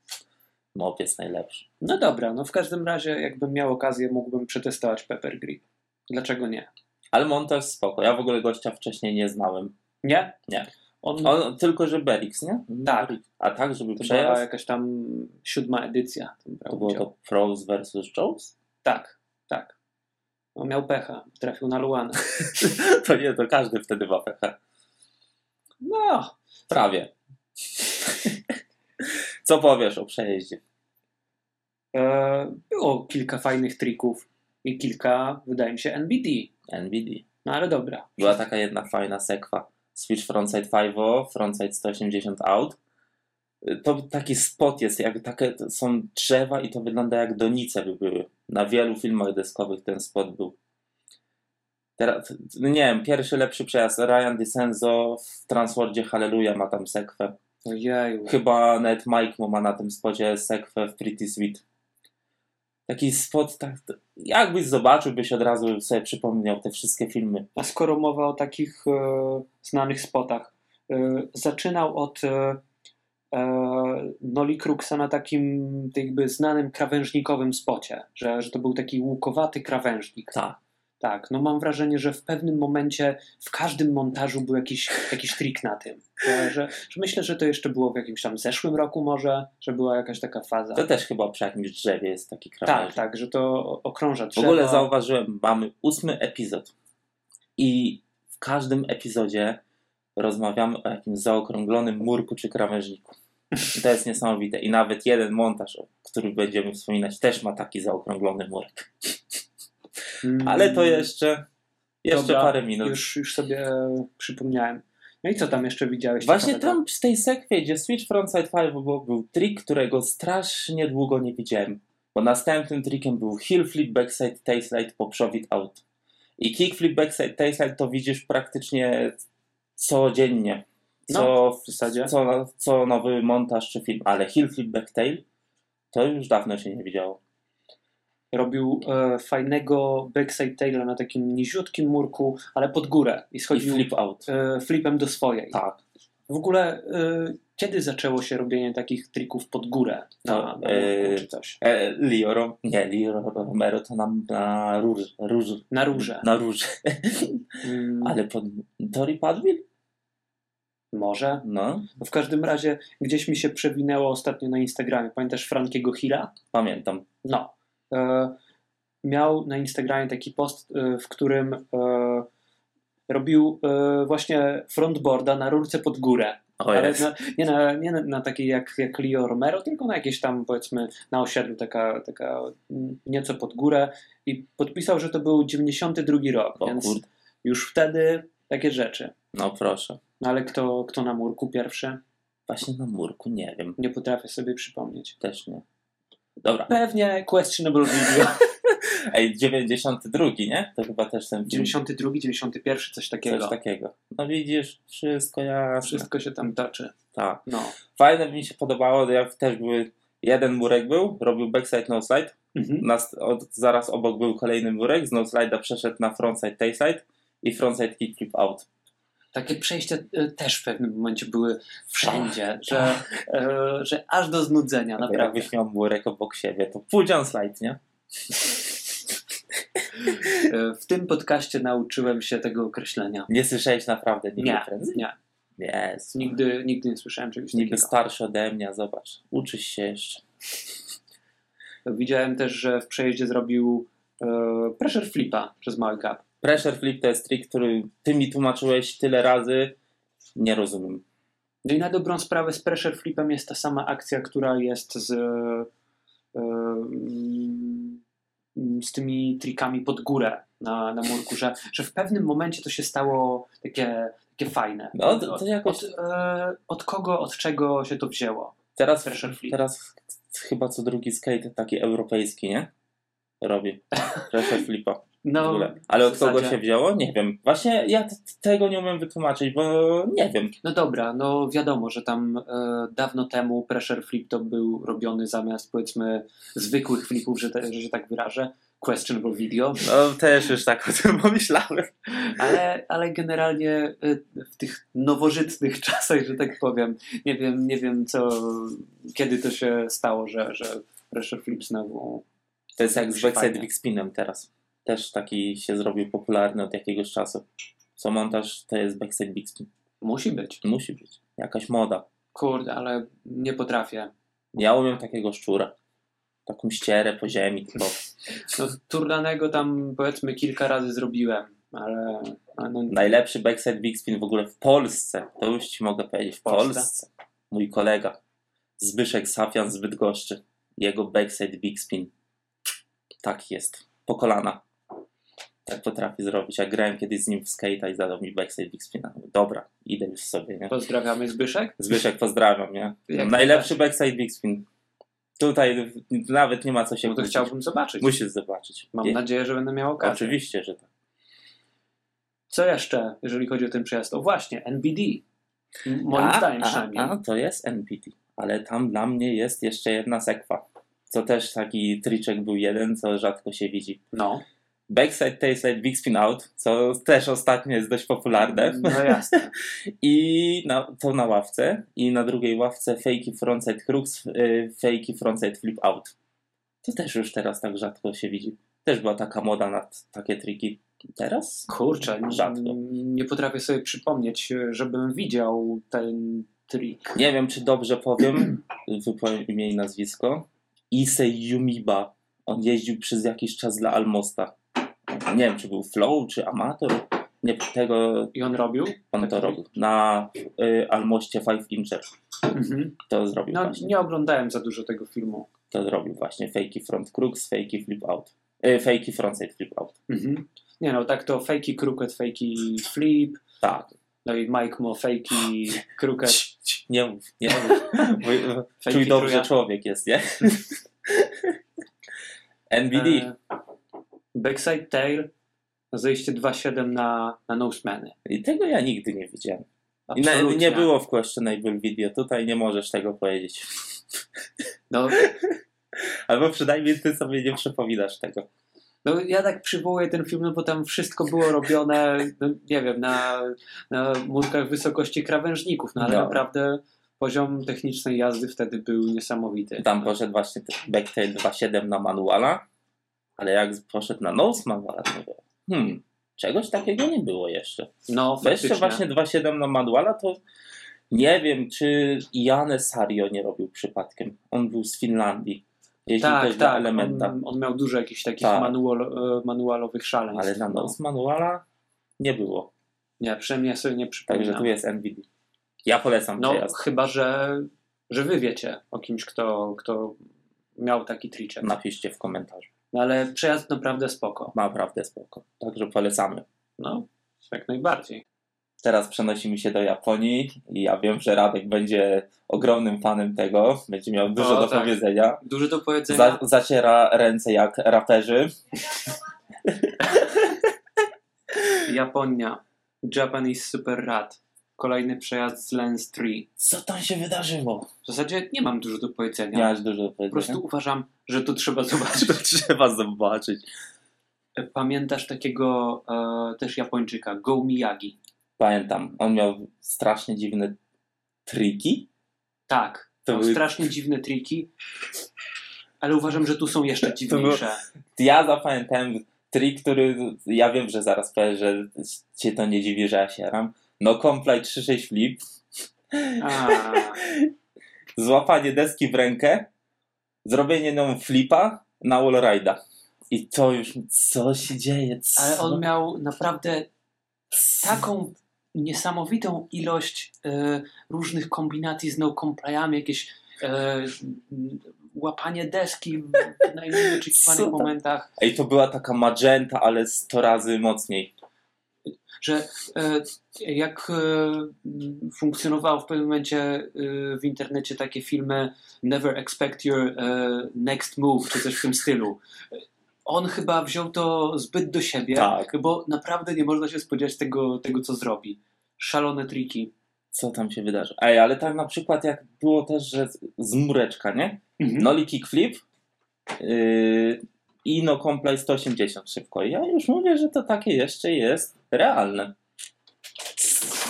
Mop jest najlepszy. No dobra, no w każdym razie jakbym miał okazję, mógłbym przetestować Pepper Grip. Dlaczego nie? Ale montaż spoko. Ja w ogóle gościa wcześniej nie znałem. Nie? Nie. On, On, tylko, że Berix, nie? No. tak, A tak, żeby to była przejazd, jakaś tam siódma edycja. to było to Pros versus Jones? [LAUGHS] Tak, tak. On miał pecha, trafił na Luanę. To nie, to każdy wtedy ma pecha. No, Prawie. [LAUGHS] Co powiesz o przejeździe? E, Było kilka fajnych trików i kilka, wydaje mi się, NBD. NBD. No ale dobra. Była taka jedna fajna sekwa. Switch frontside 5, frontside 180 out. To taki spot jest, jak takie to są drzewa i to wygląda jak donice by były. Na wielu filmach deskowych ten spot był. Teraz, no nie wiem, pierwszy lepszy przejazd Ryan DiCenzo w Transwordzie Hallelujah ma tam sekwę. Ojeju. Chyba nawet Mike mu ma na tym spocie sekwę w Pretty Sweet. Taki spot, tak, jakbyś zobaczył, byś od razu sobie przypomniał te wszystkie filmy. A skoro mowa o takich e, znanych spotach, e, zaczynał od e, e, Noli Kruxa na takim tak jakby znanym krawężnikowym spocie, że, że to był taki łukowaty krawężnik. Tak. Tak, no mam wrażenie, że w pewnym momencie w każdym montażu był jakiś, jakiś trik na tym. Że, że, że myślę, że to jeszcze było w jakimś tam zeszłym roku może, że była jakaś taka faza. To też chyba przy jakimś drzewie jest taki Tak, krawężnik. tak, że to okrąża W drzewa. ogóle zauważyłem, mamy ósmy epizod i w każdym epizodzie rozmawiamy o jakimś zaokrąglonym murku czy krawężniku. I to jest niesamowite. I nawet jeden montaż, o którym będziemy wspominać, też ma taki zaokrąglony murek. Mm, Ale to jeszcze, jeszcze Dobra, parę minut. Już, już sobie przypomniałem. No i co tam jeszcze widziałeś? Tak Właśnie ciekawego? tam w tej sekwie, gdzie Switch Frontside 5 był, był trik, którego strasznie długo nie widziałem. Bo następnym trikiem był heel flip backside tailslide po przowid out. I kick flip backside tailslide to widzisz praktycznie codziennie. Co, w No. zasadzie. co, co nowy montaż czy film. Ale heel flip backtail to już dawno się nie widziało. Robił e, fajnego backside taila na takim niziutkim murku, ale pod górę i I schodził flip out. e, flipem do swojej. Tak. W ogóle e, kiedy zaczęło się robienie takich trików pod górę na, na Eee, rynku czy coś? E, Leo, Rom- nie, Leo Romero to nam na róż, róż, Na róże. na róże. Mm, [LAUGHS] Ale pod Tori Padwin? Może. No, No W każdym razie gdzieś mi się przewinęło ostatnio na Instagramie. Pamiętasz Frankiego Hilla? pamiętam. No. E, miał na Instagramie taki post, e, w którym e, robił e, właśnie frontboarda na rurce pod górę. O Ale jest. na, nie, na, nie na, na takiej jak, jak Leo Romero, tylko na jakieś tam powiedzmy na osiedlu, taka, taka mm, nieco pod górę. I podpisał, że to był 92 rok, O więc kurde, już wtedy takie rzeczy. no proszę. No ale kto, kto na murku pierwszy? Właśnie na murku, nie wiem, Nie potrafię sobie przypomnieć. też nie. Dobra, Pewnie questionable [LAUGHS] video. ej, 92, nie? To chyba też ten film, 92, 91, coś takiego. coś takiego. No widzisz, wszystko jasne. Wszystko się tam toczy. Tak. No. Fajne mi się podobało, jak też były, jeden murek był, robił backside, no noslide. Mhm. Nas, od, zaraz obok był kolejny murek, z noslide'a przeszedł na frontside, tailslide i frontside kickflip out. Takie przejścia e, też w pewnym momencie były wszędzie, że, e, że aż do znudzenia, naprawdę. Jakbyś miał murek obok siebie, to pójdź on slide, nie? E, W tym podcaście nauczyłem się tego określenia. Nie słyszałeś naprawdę nigdy Nie, prędzej? nie. Jest. Nigdy, nigdy nie słyszałem czegoś Niby takiego. starszy ode mnie, zobacz. Uczysz się jeszcze. Widziałem też, że w przejeździe zrobił e, pressure flipa przez mały gap. Pressure flip to jest trik, który ty mi tłumaczyłeś tyle razy. Nie rozumiem. No i na dobrą sprawę z pressure flipem jest ta sama akcja, która jest z, e, mm, z tymi trikami pod górę na, na murku, że, że w pewnym momencie to się stało takie, takie fajne. No, to, to jakoś Od, e, od kogo, od czego się to wzięło? teraz, pressure flip. teraz chyba co drugi skate taki europejski, nie? Robi. [LAUGHS] Pressure flipa. w No, ogóle. Ale w od kogo zasadzie- się wzięło? Nie wiem. Właśnie ja t- tego nie umiem wytłumaczyć, bo nie wiem. No dobra, no wiadomo, że tam e, dawno temu pressure flip to był robiony zamiast powiedzmy zwykłych flipów, że, te, że się tak wyrażę, questionable video, No też już tak o tym pomyślałem. ale, ale generalnie e, w tych nowożytnych [LAUGHS] czasach, że tak powiem, nie wiem, nie wiem co, kiedy to się stało, że, że pressure flip znowu... To jest jak z Już fajnie. backside big spinem teraz. Też taki się zrobił popularny od jakiegoś czasu. Co montaż to jest backside big spin. Musi być. Musi być. Jakaś moda. Kurde, ale nie potrafię. Ja umiem takiego szczura. Taką ścierę po ziemi. Tylko. No, turlanego tam powiedzmy kilka razy zrobiłem, ale... ale no, Najlepszy backside big spin w ogóle w Polsce. To już ci mogę powiedzieć. W Polsce? Polsce. Mój kolega. Zbyszek Safian z Bydgoszczy. Jego backside big spin. Tak jest. Po kolana. Tak potrafi zrobić. Ja grałem kiedyś z nim w skate'a i zadał mi backside big spin. Dobra, idę już sobie. Nie? Pozdrawiamy Zbyszek. Zbyszek, pozdrawiam. Nie? Jak Najlepszy backside big spin. Tutaj nawet nie ma co się No to kłócić. chciałbym zobaczyć. Musisz zobaczyć. Mam Je- nadzieję, że będę miał okazję. Oczywiście, że tak. Co jeszcze, jeżeli chodzi o ten przejazd? O właśnie, NBD. M- Moim a, zdaniem a, przynajmniej. A, to jest NPT, ale tam dla mnie jest jeszcze jedna sekwa, co też taki triczek był jeden, co rzadko się widzi. No, Backside Tailslide Big Spin Out, co też ostatnio jest dość popularne no jasne. i na, to na ławce i na drugiej ławce fakey frontside crux, y, fakey frontside flip out. To też już teraz tak rzadko się widzi. Też była taka moda na t- takie triki. Teraz? Kurczę, n- Rzadko. nie potrafię sobie przypomnieć, e, żebym widział ten trik. Nie wiem, czy dobrze powiem, [CLEARS THROAT] wypowiem imię i nazwisko. Issei Yumiba. On jeździł przez jakiś czas dla Almosta. Nie wiem, czy był flow, czy amator. Nie, tego I on robił? on to Taki- robił. Na y, Almoście 5 Incher. Mhm. To zrobił No, właśnie. nie oglądałem za dużo tego filmu. To zrobił właśnie. Fakey front crux, fakey flip out. Y, fakey frontside flip out. Mhm. Nie no, tak to fakey crooked, fakey flip. Tak. No i Mike Mo fakey crooked, Cii, cii, Nie mów, nie [LAUGHS] mów. Bo- y, Czuj fakey dobrze, truja. człowiek jest, nie? [LAUGHS] NBD. E, Backside Tail, zejście 2.7 na, na Nosemany. I tego ja nigdy nie widziałem. I Na, Absolutnie. nie było w questionable video, tutaj nie możesz tego powiedzieć. [LAUGHS] No, Albo przynajmniej ty sobie nie przypominasz tego. no, ja tak przywołuję ten film, no bo tam wszystko było robione, no, nie wiem, na, na murkach wysokości krawężników, no ale No. naprawdę poziom technicznej jazdy wtedy był niesamowity. Tam poszedł właśnie ten Backtail 2.7 na manuala, ale jak poszedł na nose manuala, to mówię, hmm, czegoś takiego nie było jeszcze. No, Bo jeszcze faktycznie. właśnie 2.7 na manuala, to nie wiem, czy Jane Sario nie robił przypadkiem. On był z Finlandii. Jeździł tak, też na tak, Elementa. On, on miał dużo jakichś takich Tak. manual, e, manualowych szaleństw. Ale na no. nose manuala nie było. Nie, przynajmniej ja sobie nie przypominam. Także tu jest NVD. Ja polecam No, przejazd. chyba, że, że wy wiecie o kimś, kto, kto miał taki triczek. Napiszcie w komentarzu. No, ale przejazd naprawdę spoko. Naprawdę spoko. Także polecamy. No, jak najbardziej. Teraz przenosimy się do Japonii i ja wiem, że Radek będzie ogromnym fanem tego. Będzie miał dużo O, do tak. powiedzenia. Dużo do powiedzenia. Za, zaciera ręce jak raperzy. Japonia. Japanese Super Rat. Kolejny przejazd z Lens 3. Co tam się wydarzyło? W zasadzie nie mam dużo do powiedzenia. Miałeś dużo do po powiedzenia. prostu uważam, że to trzeba [LAUGHS] Tak. zobaczyć. [LAUGHS] To trzeba zobaczyć. Pamiętasz takiego e, też Japończyka, Go Miyagi. Pamiętam, on miał strasznie dziwne triki. Tak, To to były- strasznie dziwne triki, ale uważam, że tu są jeszcze dziwniejsze. Ja zapamiętałem trik, który ja wiem, że zaraz powiem, że cię to nie dziwi, że ja się ram. No comply 3-6 flip, A, złapanie deski w rękę, zrobienie nią flipa na wallride'a. I to już, co się dzieje? Co? ale on tak miał naprawdę co? taką niesamowitą ilość e, różnych kombinacji z no-complyami, jakieś e, łapanie deski w najmniej Co oczekiwanych tam? momentach. Ej, to była taka magenta, ale 100 razy mocniej. że e, jak e, funkcjonowało w pewnym momencie e, w internecie takie filmy Never Expect Your e, Next Move, czy coś w tym stylu. On chyba wziął to zbyt do siebie, Tak. bo naprawdę nie można się spodziewać tego, tego co zrobi. Szalone triki. Co tam się wydarzy? Ej, ale tak na przykład jak było też, że z, z mureczka, nie? No Noli kickflip yy, i no comply 180 szybko. I Ja już mówię, że to takie jeszcze jest realne.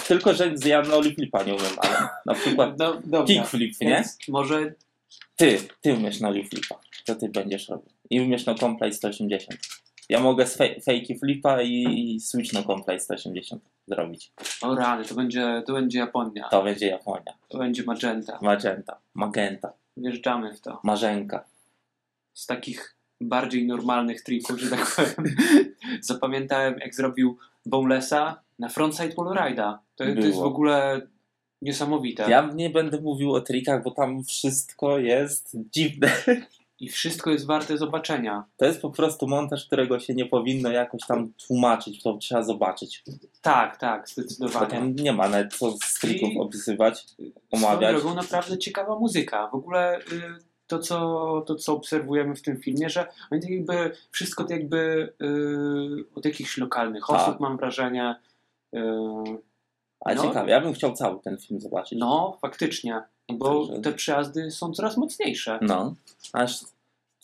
Tylko, że ja noli flipa nie umiem, ale na przykład No, dobra. kickflip, nie? Więc może Ty, ty umiesz noli flipa. To ty będziesz robił. I umiesz no comply 180. Ja mogę z fej- fejki flipa i, i switch no comply 180 zrobić. o rany, to będzie, to będzie Japonia, To będzie Japonia. to będzie Magenta. Magenta, magenta, Wjeżdżamy w to. marzenka. z takich bardziej normalnych trików, że tak powiem. [LAUGHS] Zapamiętałem, jak zrobił Bonelessa na frontside wallride'a. To, to Było. jest w ogóle niesamowite. Ja nie będę mówił o trikach, bo tam wszystko jest dziwne. I wszystko jest warte zobaczenia. To jest po prostu montaż, którego się nie powinno jakoś tam tłumaczyć, to trzeba zobaczyć. Tak, tak, Bo zdecydowanie. tam nie ma nawet co z trików I- opisywać, Swoją omawiać. drogą naprawdę ciekawa muzyka. W ogóle y, to, co, to, co obserwujemy w tym filmie, że oni tak jakby wszystko to jakby y, od jakichś lokalnych Tak. osób mam wrażenie. Y, A no. ciekawe, ja bym chciał cały ten film zobaczyć. No, faktycznie, bo Także- te przejazdy są coraz mocniejsze. No. Aż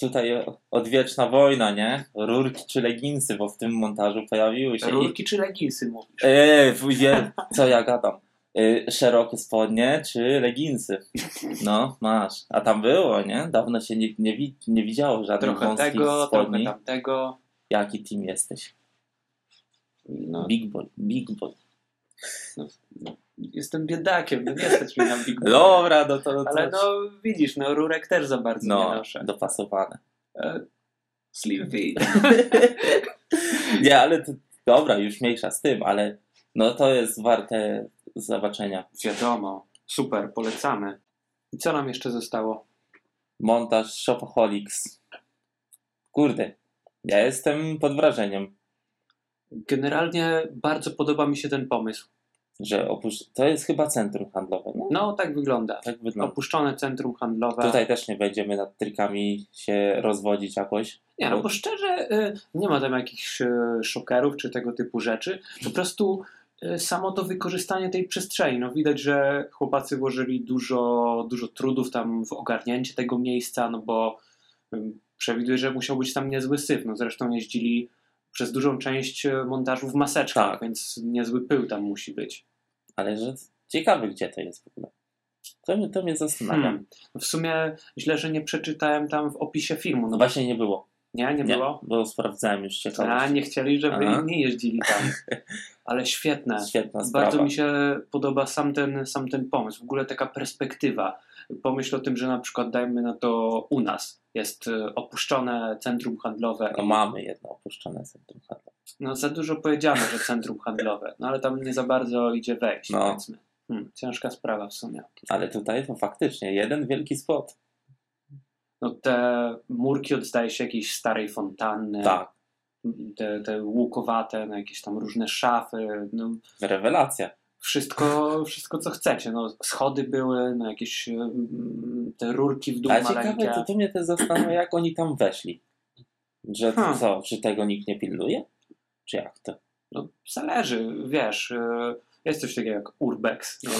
tutaj odwieczna wojna, nie? Rurki czy leginsy, bo w tym montażu pojawiły się. I... Rurki czy leginsy mówisz? Eee, wujie, co ja gadam? Yy, szerokie spodnie czy leginsy? No, masz. A tam było, nie? Dawno się nie, nie, wi- nie widziało żadnych Trochę wąskich tego, trochę spodni. tamtego. Jaki team jesteś? No, Big boy, big boy. jestem biedakiem, no nie stać mi na Big Boy. Dobra, no to... to Ale no widzisz, no rurek też za bardzo nie no noszę. dopasowane. E, Slim fit. Nie, ale to, dobra, już mniejsza z tym, ale no to jest warte zobaczenia. Wiadomo, super, polecamy. I co nam jeszcze zostało? Montaż Shopaholics. Kurde, ja jestem pod wrażeniem, Generalnie bardzo podoba mi się ten pomysł. że opusz... to jest chyba centrum handlowe, nie? No, tak wygląda. Tak wygląda. Opuszczone centrum handlowe. Tutaj też nie będziemy nad trikami się rozwodzić jakoś. Nie, no bo szczerze, y, nie ma tam jakichś y, szokerów czy tego typu rzeczy. Po prostu y, samo to wykorzystanie tej przestrzeni. No widać, że chłopacy włożyli dużo, dużo trudów tam w ogarnięcie tego miejsca, no bo y, przewiduję, że musiał być tam niezły syf. No zresztą jeździli przez dużą część y, montażu w maseczkach, Tak. więc niezły pył tam musi być. Ale że ciekawe, gdzie to jest w ogóle. To, mnie- to mnie zastanawia. Hmm. W sumie źle, że nie przeczytałem tam w opisie filmu. No No właśnie nie było. nie, nie było. Bo sprawdzałem już A, ciekawość. nie chcieli, żeby Aha. inni jeździli [LAUGHS] tam. Ale świetne. Świetna sprawa. Bardzo mi się podoba sam ten, sam ten pomysł, w ogóle taka perspektywa. Pomyśl o tym, że na przykład dajmy na to u nas jest e, opuszczone centrum handlowe. No mamy jedno opuszczone centrum handlowe. No za dużo powiedziano, że centrum handlowe, no ale tam nie za bardzo idzie wejść, No. powiedzmy. Hmm, ciężka sprawa w sumie. Ale tutaj to faktycznie jeden wielki spot. No te murki oddaje się jakiejś starej fontanny, Tak, te, te łukowate, no, jakieś tam różne szafy, no rewelacja. wszystko, wszystko co chcecie. No, schody były, no, jakieś mm, te rurki w dół Ale ciekawe, maleńkie. to, to mnie też zastanawia, jak oni tam weszli. Że Hmm. co, czy tego nikt nie pilnuje? Czy jak to? No, zależy, wiesz, y, jest coś takiego jak urbex. No,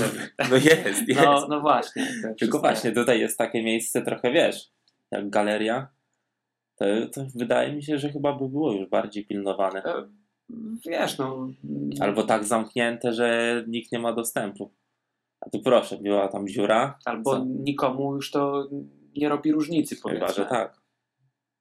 No jest, no, no właśnie. te wszystkie- Tylko właśnie tutaj jest takie miejsce trochę, wiesz, jak galeria. To, to wydaje mi się, że chyba by było już bardziej pilnowane. Wiesz, no... Albo tak zamknięte, że nikt nie ma dostępu. A tu proszę, była tam dziura, albo co? nikomu już to nie robi różnicy, powiedzmy. chyba, że tak.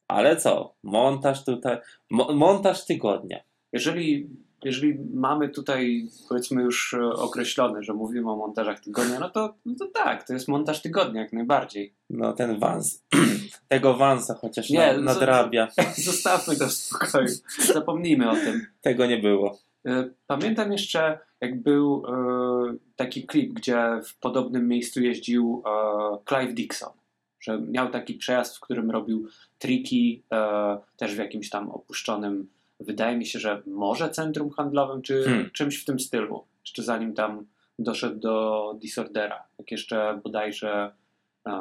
Ale co? Montaż tutaj. Mo montaż tygodnia. Jeżeli, jeżeli mamy tutaj, powiedzmy, już e, określone, że mówimy o montażach tygodnia, no to, no to tak, to jest montaż tygodnia jak najbardziej. [LAUGHS] No ten wans. [CLEARS THROAT] Tego wansa chociaż Nie, na, no co- nadrabia. Zostawmy to w spokoju, zapomnijmy o tym. Tego nie było. E, Pamiętam jeszcze, jak był e, taki klip, gdzie w podobnym miejscu jeździł e, Clive Dixon. Że miał taki przejazd, w którym robił triki, e, też w jakimś tam opuszczonym, wydaje mi się, że może centrum handlowym, czy Hmm. czymś w tym stylu. Jeszcze zanim tam doszedł do Disordera. Jak jeszcze bodajże. E,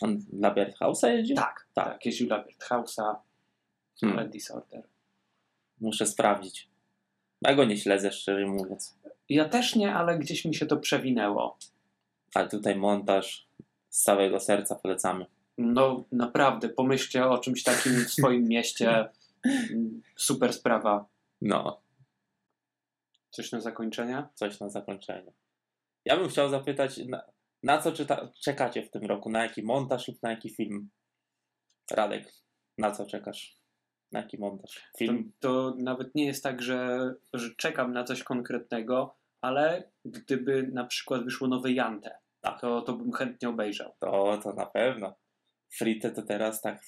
On dla Berthausa jeździł? tak, tak, jeździł dla Birdhouse'a, Hmm. ale Disorder. Muszę sprawdzić. Ja go nie śledzę, szczerze mówiąc. Ja też nie, ale gdzieś mi się to przewinęło. Ale tutaj montaż z całego serca polecamy. No naprawdę, pomyślcie o czymś takim w swoim mieście. Super sprawa. No, Coś na zakończenie? coś na zakończenie. Ja bym chciał zapytać, na, na co czyta, czekacie w tym roku? Na jaki montaż lub na jaki film? Radek, na co czekasz? Na jaki montaż? To, Film? to nawet nie jest tak, że, że czekam na coś konkretnego, ale gdyby na przykład wyszło nowe Jante, Tak. to, to bym chętnie obejrzał. To, to na pewno. Frite to teraz tak.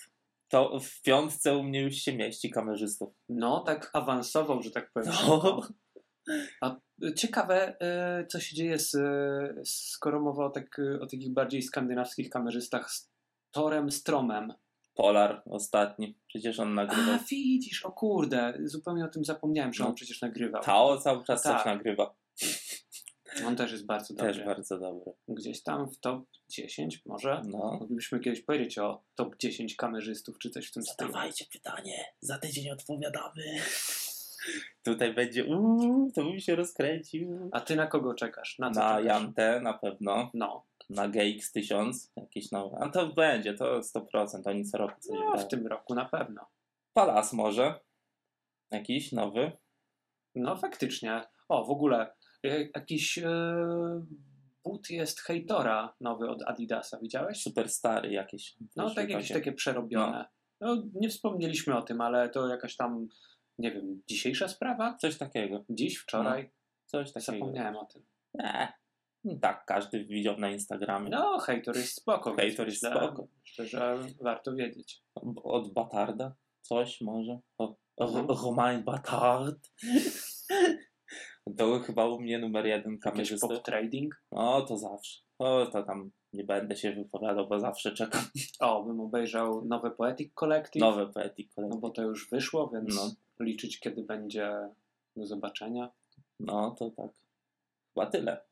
To w piątce u mnie już się mieści kamerzystów. No, tak awansował, że tak powiem. No. A ciekawe, e, co się dzieje, z, e, skoro mowa o, tak, e, o takich bardziej skandynawskich kamerzystach z Torem Stromem. Polar ostatni. Przecież on A nagrywał. widzisz, o kurde, zupełnie o tym zapomniałem, że No. on przecież nagrywał. Tao cały czas Tak. coś nagrywa. On też jest bardzo dobry. Też bardzo dobry. Gdzieś tam w top 10 może. No. Moglibyśmy kiedyś powiedzieć o top 10 kamerzystów czy coś w tym stylu. pytanie, za tydzień odpowiadamy. Tutaj będzie, uuu, to bym się rozkręcił. A ty na kogo czekasz? Na co Na czekasz? Jantę na pewno, No, na GX1000 jakieś nowe. A to będzie, to 100%, oni co roku coś no wydają. w tym roku na pewno. Palas może, jakiś nowy. No faktycznie. O, w ogóle e, jakiś e, but jest hejtora nowy od Adidasa, widziałeś? Super stary jakiś. No tak jakieś takie przerobione. No nie wspomnieliśmy o tym, ale to jakaś tam, nie wiem, dzisiejsza sprawa? Coś takiego, Dziś, wczoraj? coś takiego. No, Zapomniałem o tym. Eh, tak, każdy widział na Instagramie. No, hejtor jest spoko. więc Hejtor jest myślę, spoko. Szczerze, warto wiedzieć. Od Batarda? Coś może? O, Mhm. o, Romain Batard? [LAUGHS] To chyba u mnie numer jeden Jakiś kamerzysty. pop trading. O, to zawsze. O, to tam nie będę się wypowiadał, bo zawsze czekam O, bym obejrzał nowe Poetic Collective. nowe poetyk. No bo to już wyszło, więc No. liczyć kiedy będzie do zobaczenia. No, to tak. Chyba tyle.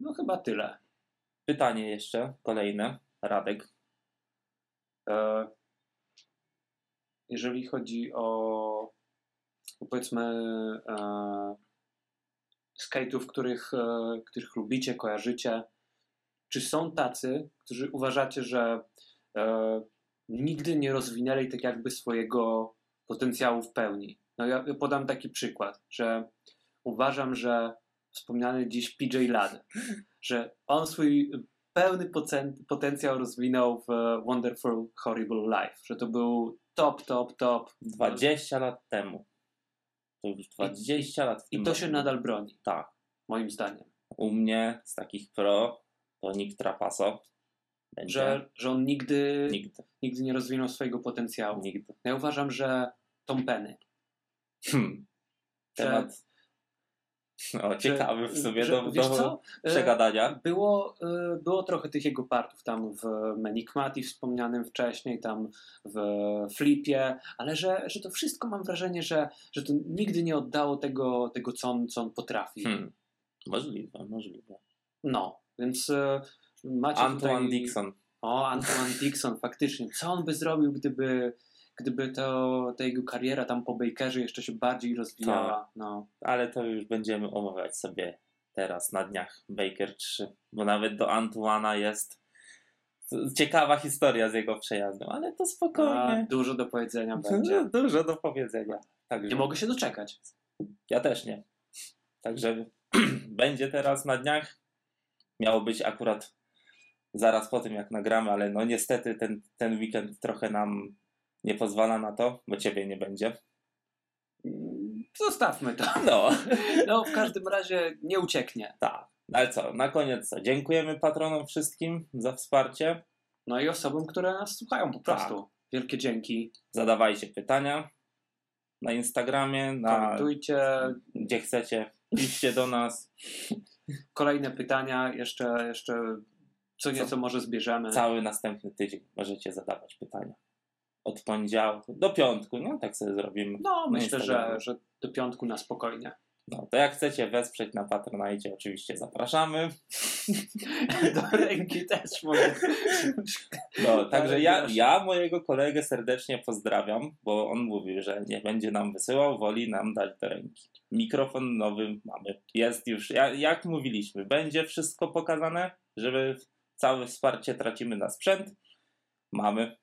No chyba tyle. Pytanie jeszcze, kolejne. Radek. E, jeżeli chodzi o o powiedzmy e, skate'ów, których, e, których lubicie, kojarzycie, czy są tacy, którzy uważacie, że e, nigdy nie rozwinęli tak jakby swojego potencjału w pełni? No ja ja podam taki przykład, że uważam, że wspomniany dziś PJ Ladd, że on swój pełny poten- potencjał rozwinął w e, Wonderful Horrible Life, że to był top, top, top 20 lat temu. To już 20 lat w i tym to się roku. nadal broni, Mm. Tak. moim zdaniem. U mnie z takich pro to Nick Trapasso. Będzie. Że, że on nigdy, Nigdy. nigdy nie rozwinął swojego potencjału. Nigdy. Ja uważam, że Tom Penny. Hmm. Że- Temat [LAUGHS] no, ciekawy w sobie do, wiesz do co? [LAUGHS] E, przegadania. Było, e, było trochę tych jego partów tam w Menikmati wspomnianym wcześniej, tam w Flipie, ale że, że to wszystko mam wrażenie, że, że to nigdy nie oddało tego, tego co, on, co on potrafi. Hmm. Możliwe, możliwe. No, więc e, macie Antoine tutaj... Dixon. O, Antoine Dixon, faktycznie. Co on by zrobił, gdyby, gdyby to, ta jego kariera tam po Bakerze jeszcze się bardziej Tak. rozwijała? No. ale to już będziemy omawiać sobie teraz na dniach Baker 3, bo nawet do Antuana jest ciekawa historia z jego przejazdem, ale to A, spokojnie. No, dużo do powiedzenia będzie. Dużo do powiedzenia. Także Nie mogę się doczekać. ja też nie. Także [CLEARS THROAT] będzie teraz na dniach. Miało być akurat zaraz po tym, jak nagramy, ale no niestety ten, ten weekend trochę nam nie pozwala na to, bo ciebie nie będzie. Mm, Zostawmy to. [LAUGHS] No. [LAUGHS] No, w każdym razie nie ucieknie. Tak. No Ale co, na koniec co? Dziękujemy patronom wszystkim za wsparcie. No i osobom, które nas słuchają po Tak. prostu. Wielkie dzięki. Zadawajcie pytania na Instagramie, na, Komentujcie. gdzie chcecie. Piszcie do nas. Kolejne pytania, jeszcze, jeszcze co nieco może zbierzemy. Cały następny tydzień możecie zadawać pytania. Od poniedziałku do piątku, no tak sobie zrobimy. No, myślę, że, Instagramie. że do piątku na spokojnie. No, to jak chcecie wesprzeć na Patronite, oczywiście zapraszamy. Do ręki też mogę. No, także ja, proszę. ja mojego kolegę serdecznie pozdrawiam, bo on mówił, że nie będzie nam wysyłał, woli nam dać do ręki. Mikrofon nowy mamy. Jest już, ja- jak mówiliśmy, będzie wszystko pokazane, żeby całe wsparcie tracimy na sprzęt. Mamy.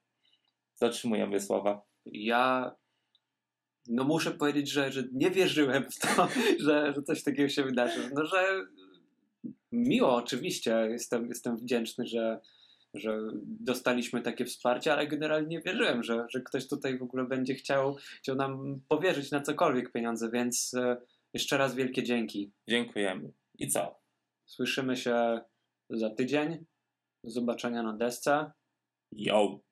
Dotrzymujemy słowa. Ja no muszę powiedzieć, że, że nie wierzyłem w to, że, że coś takiego się wydarzy. No, że miło oczywiście, jestem, jestem wdzięczny, że, że dostaliśmy takie wsparcie, ale generalnie nie wierzyłem, że, że ktoś tutaj w ogóle będzie chciał, chciał nam powierzyć na cokolwiek pieniądze, więc e, jeszcze raz wielkie dzięki. Dziękujemy. I co? Słyszymy się za tydzień. Do zobaczenia na desce. Yo!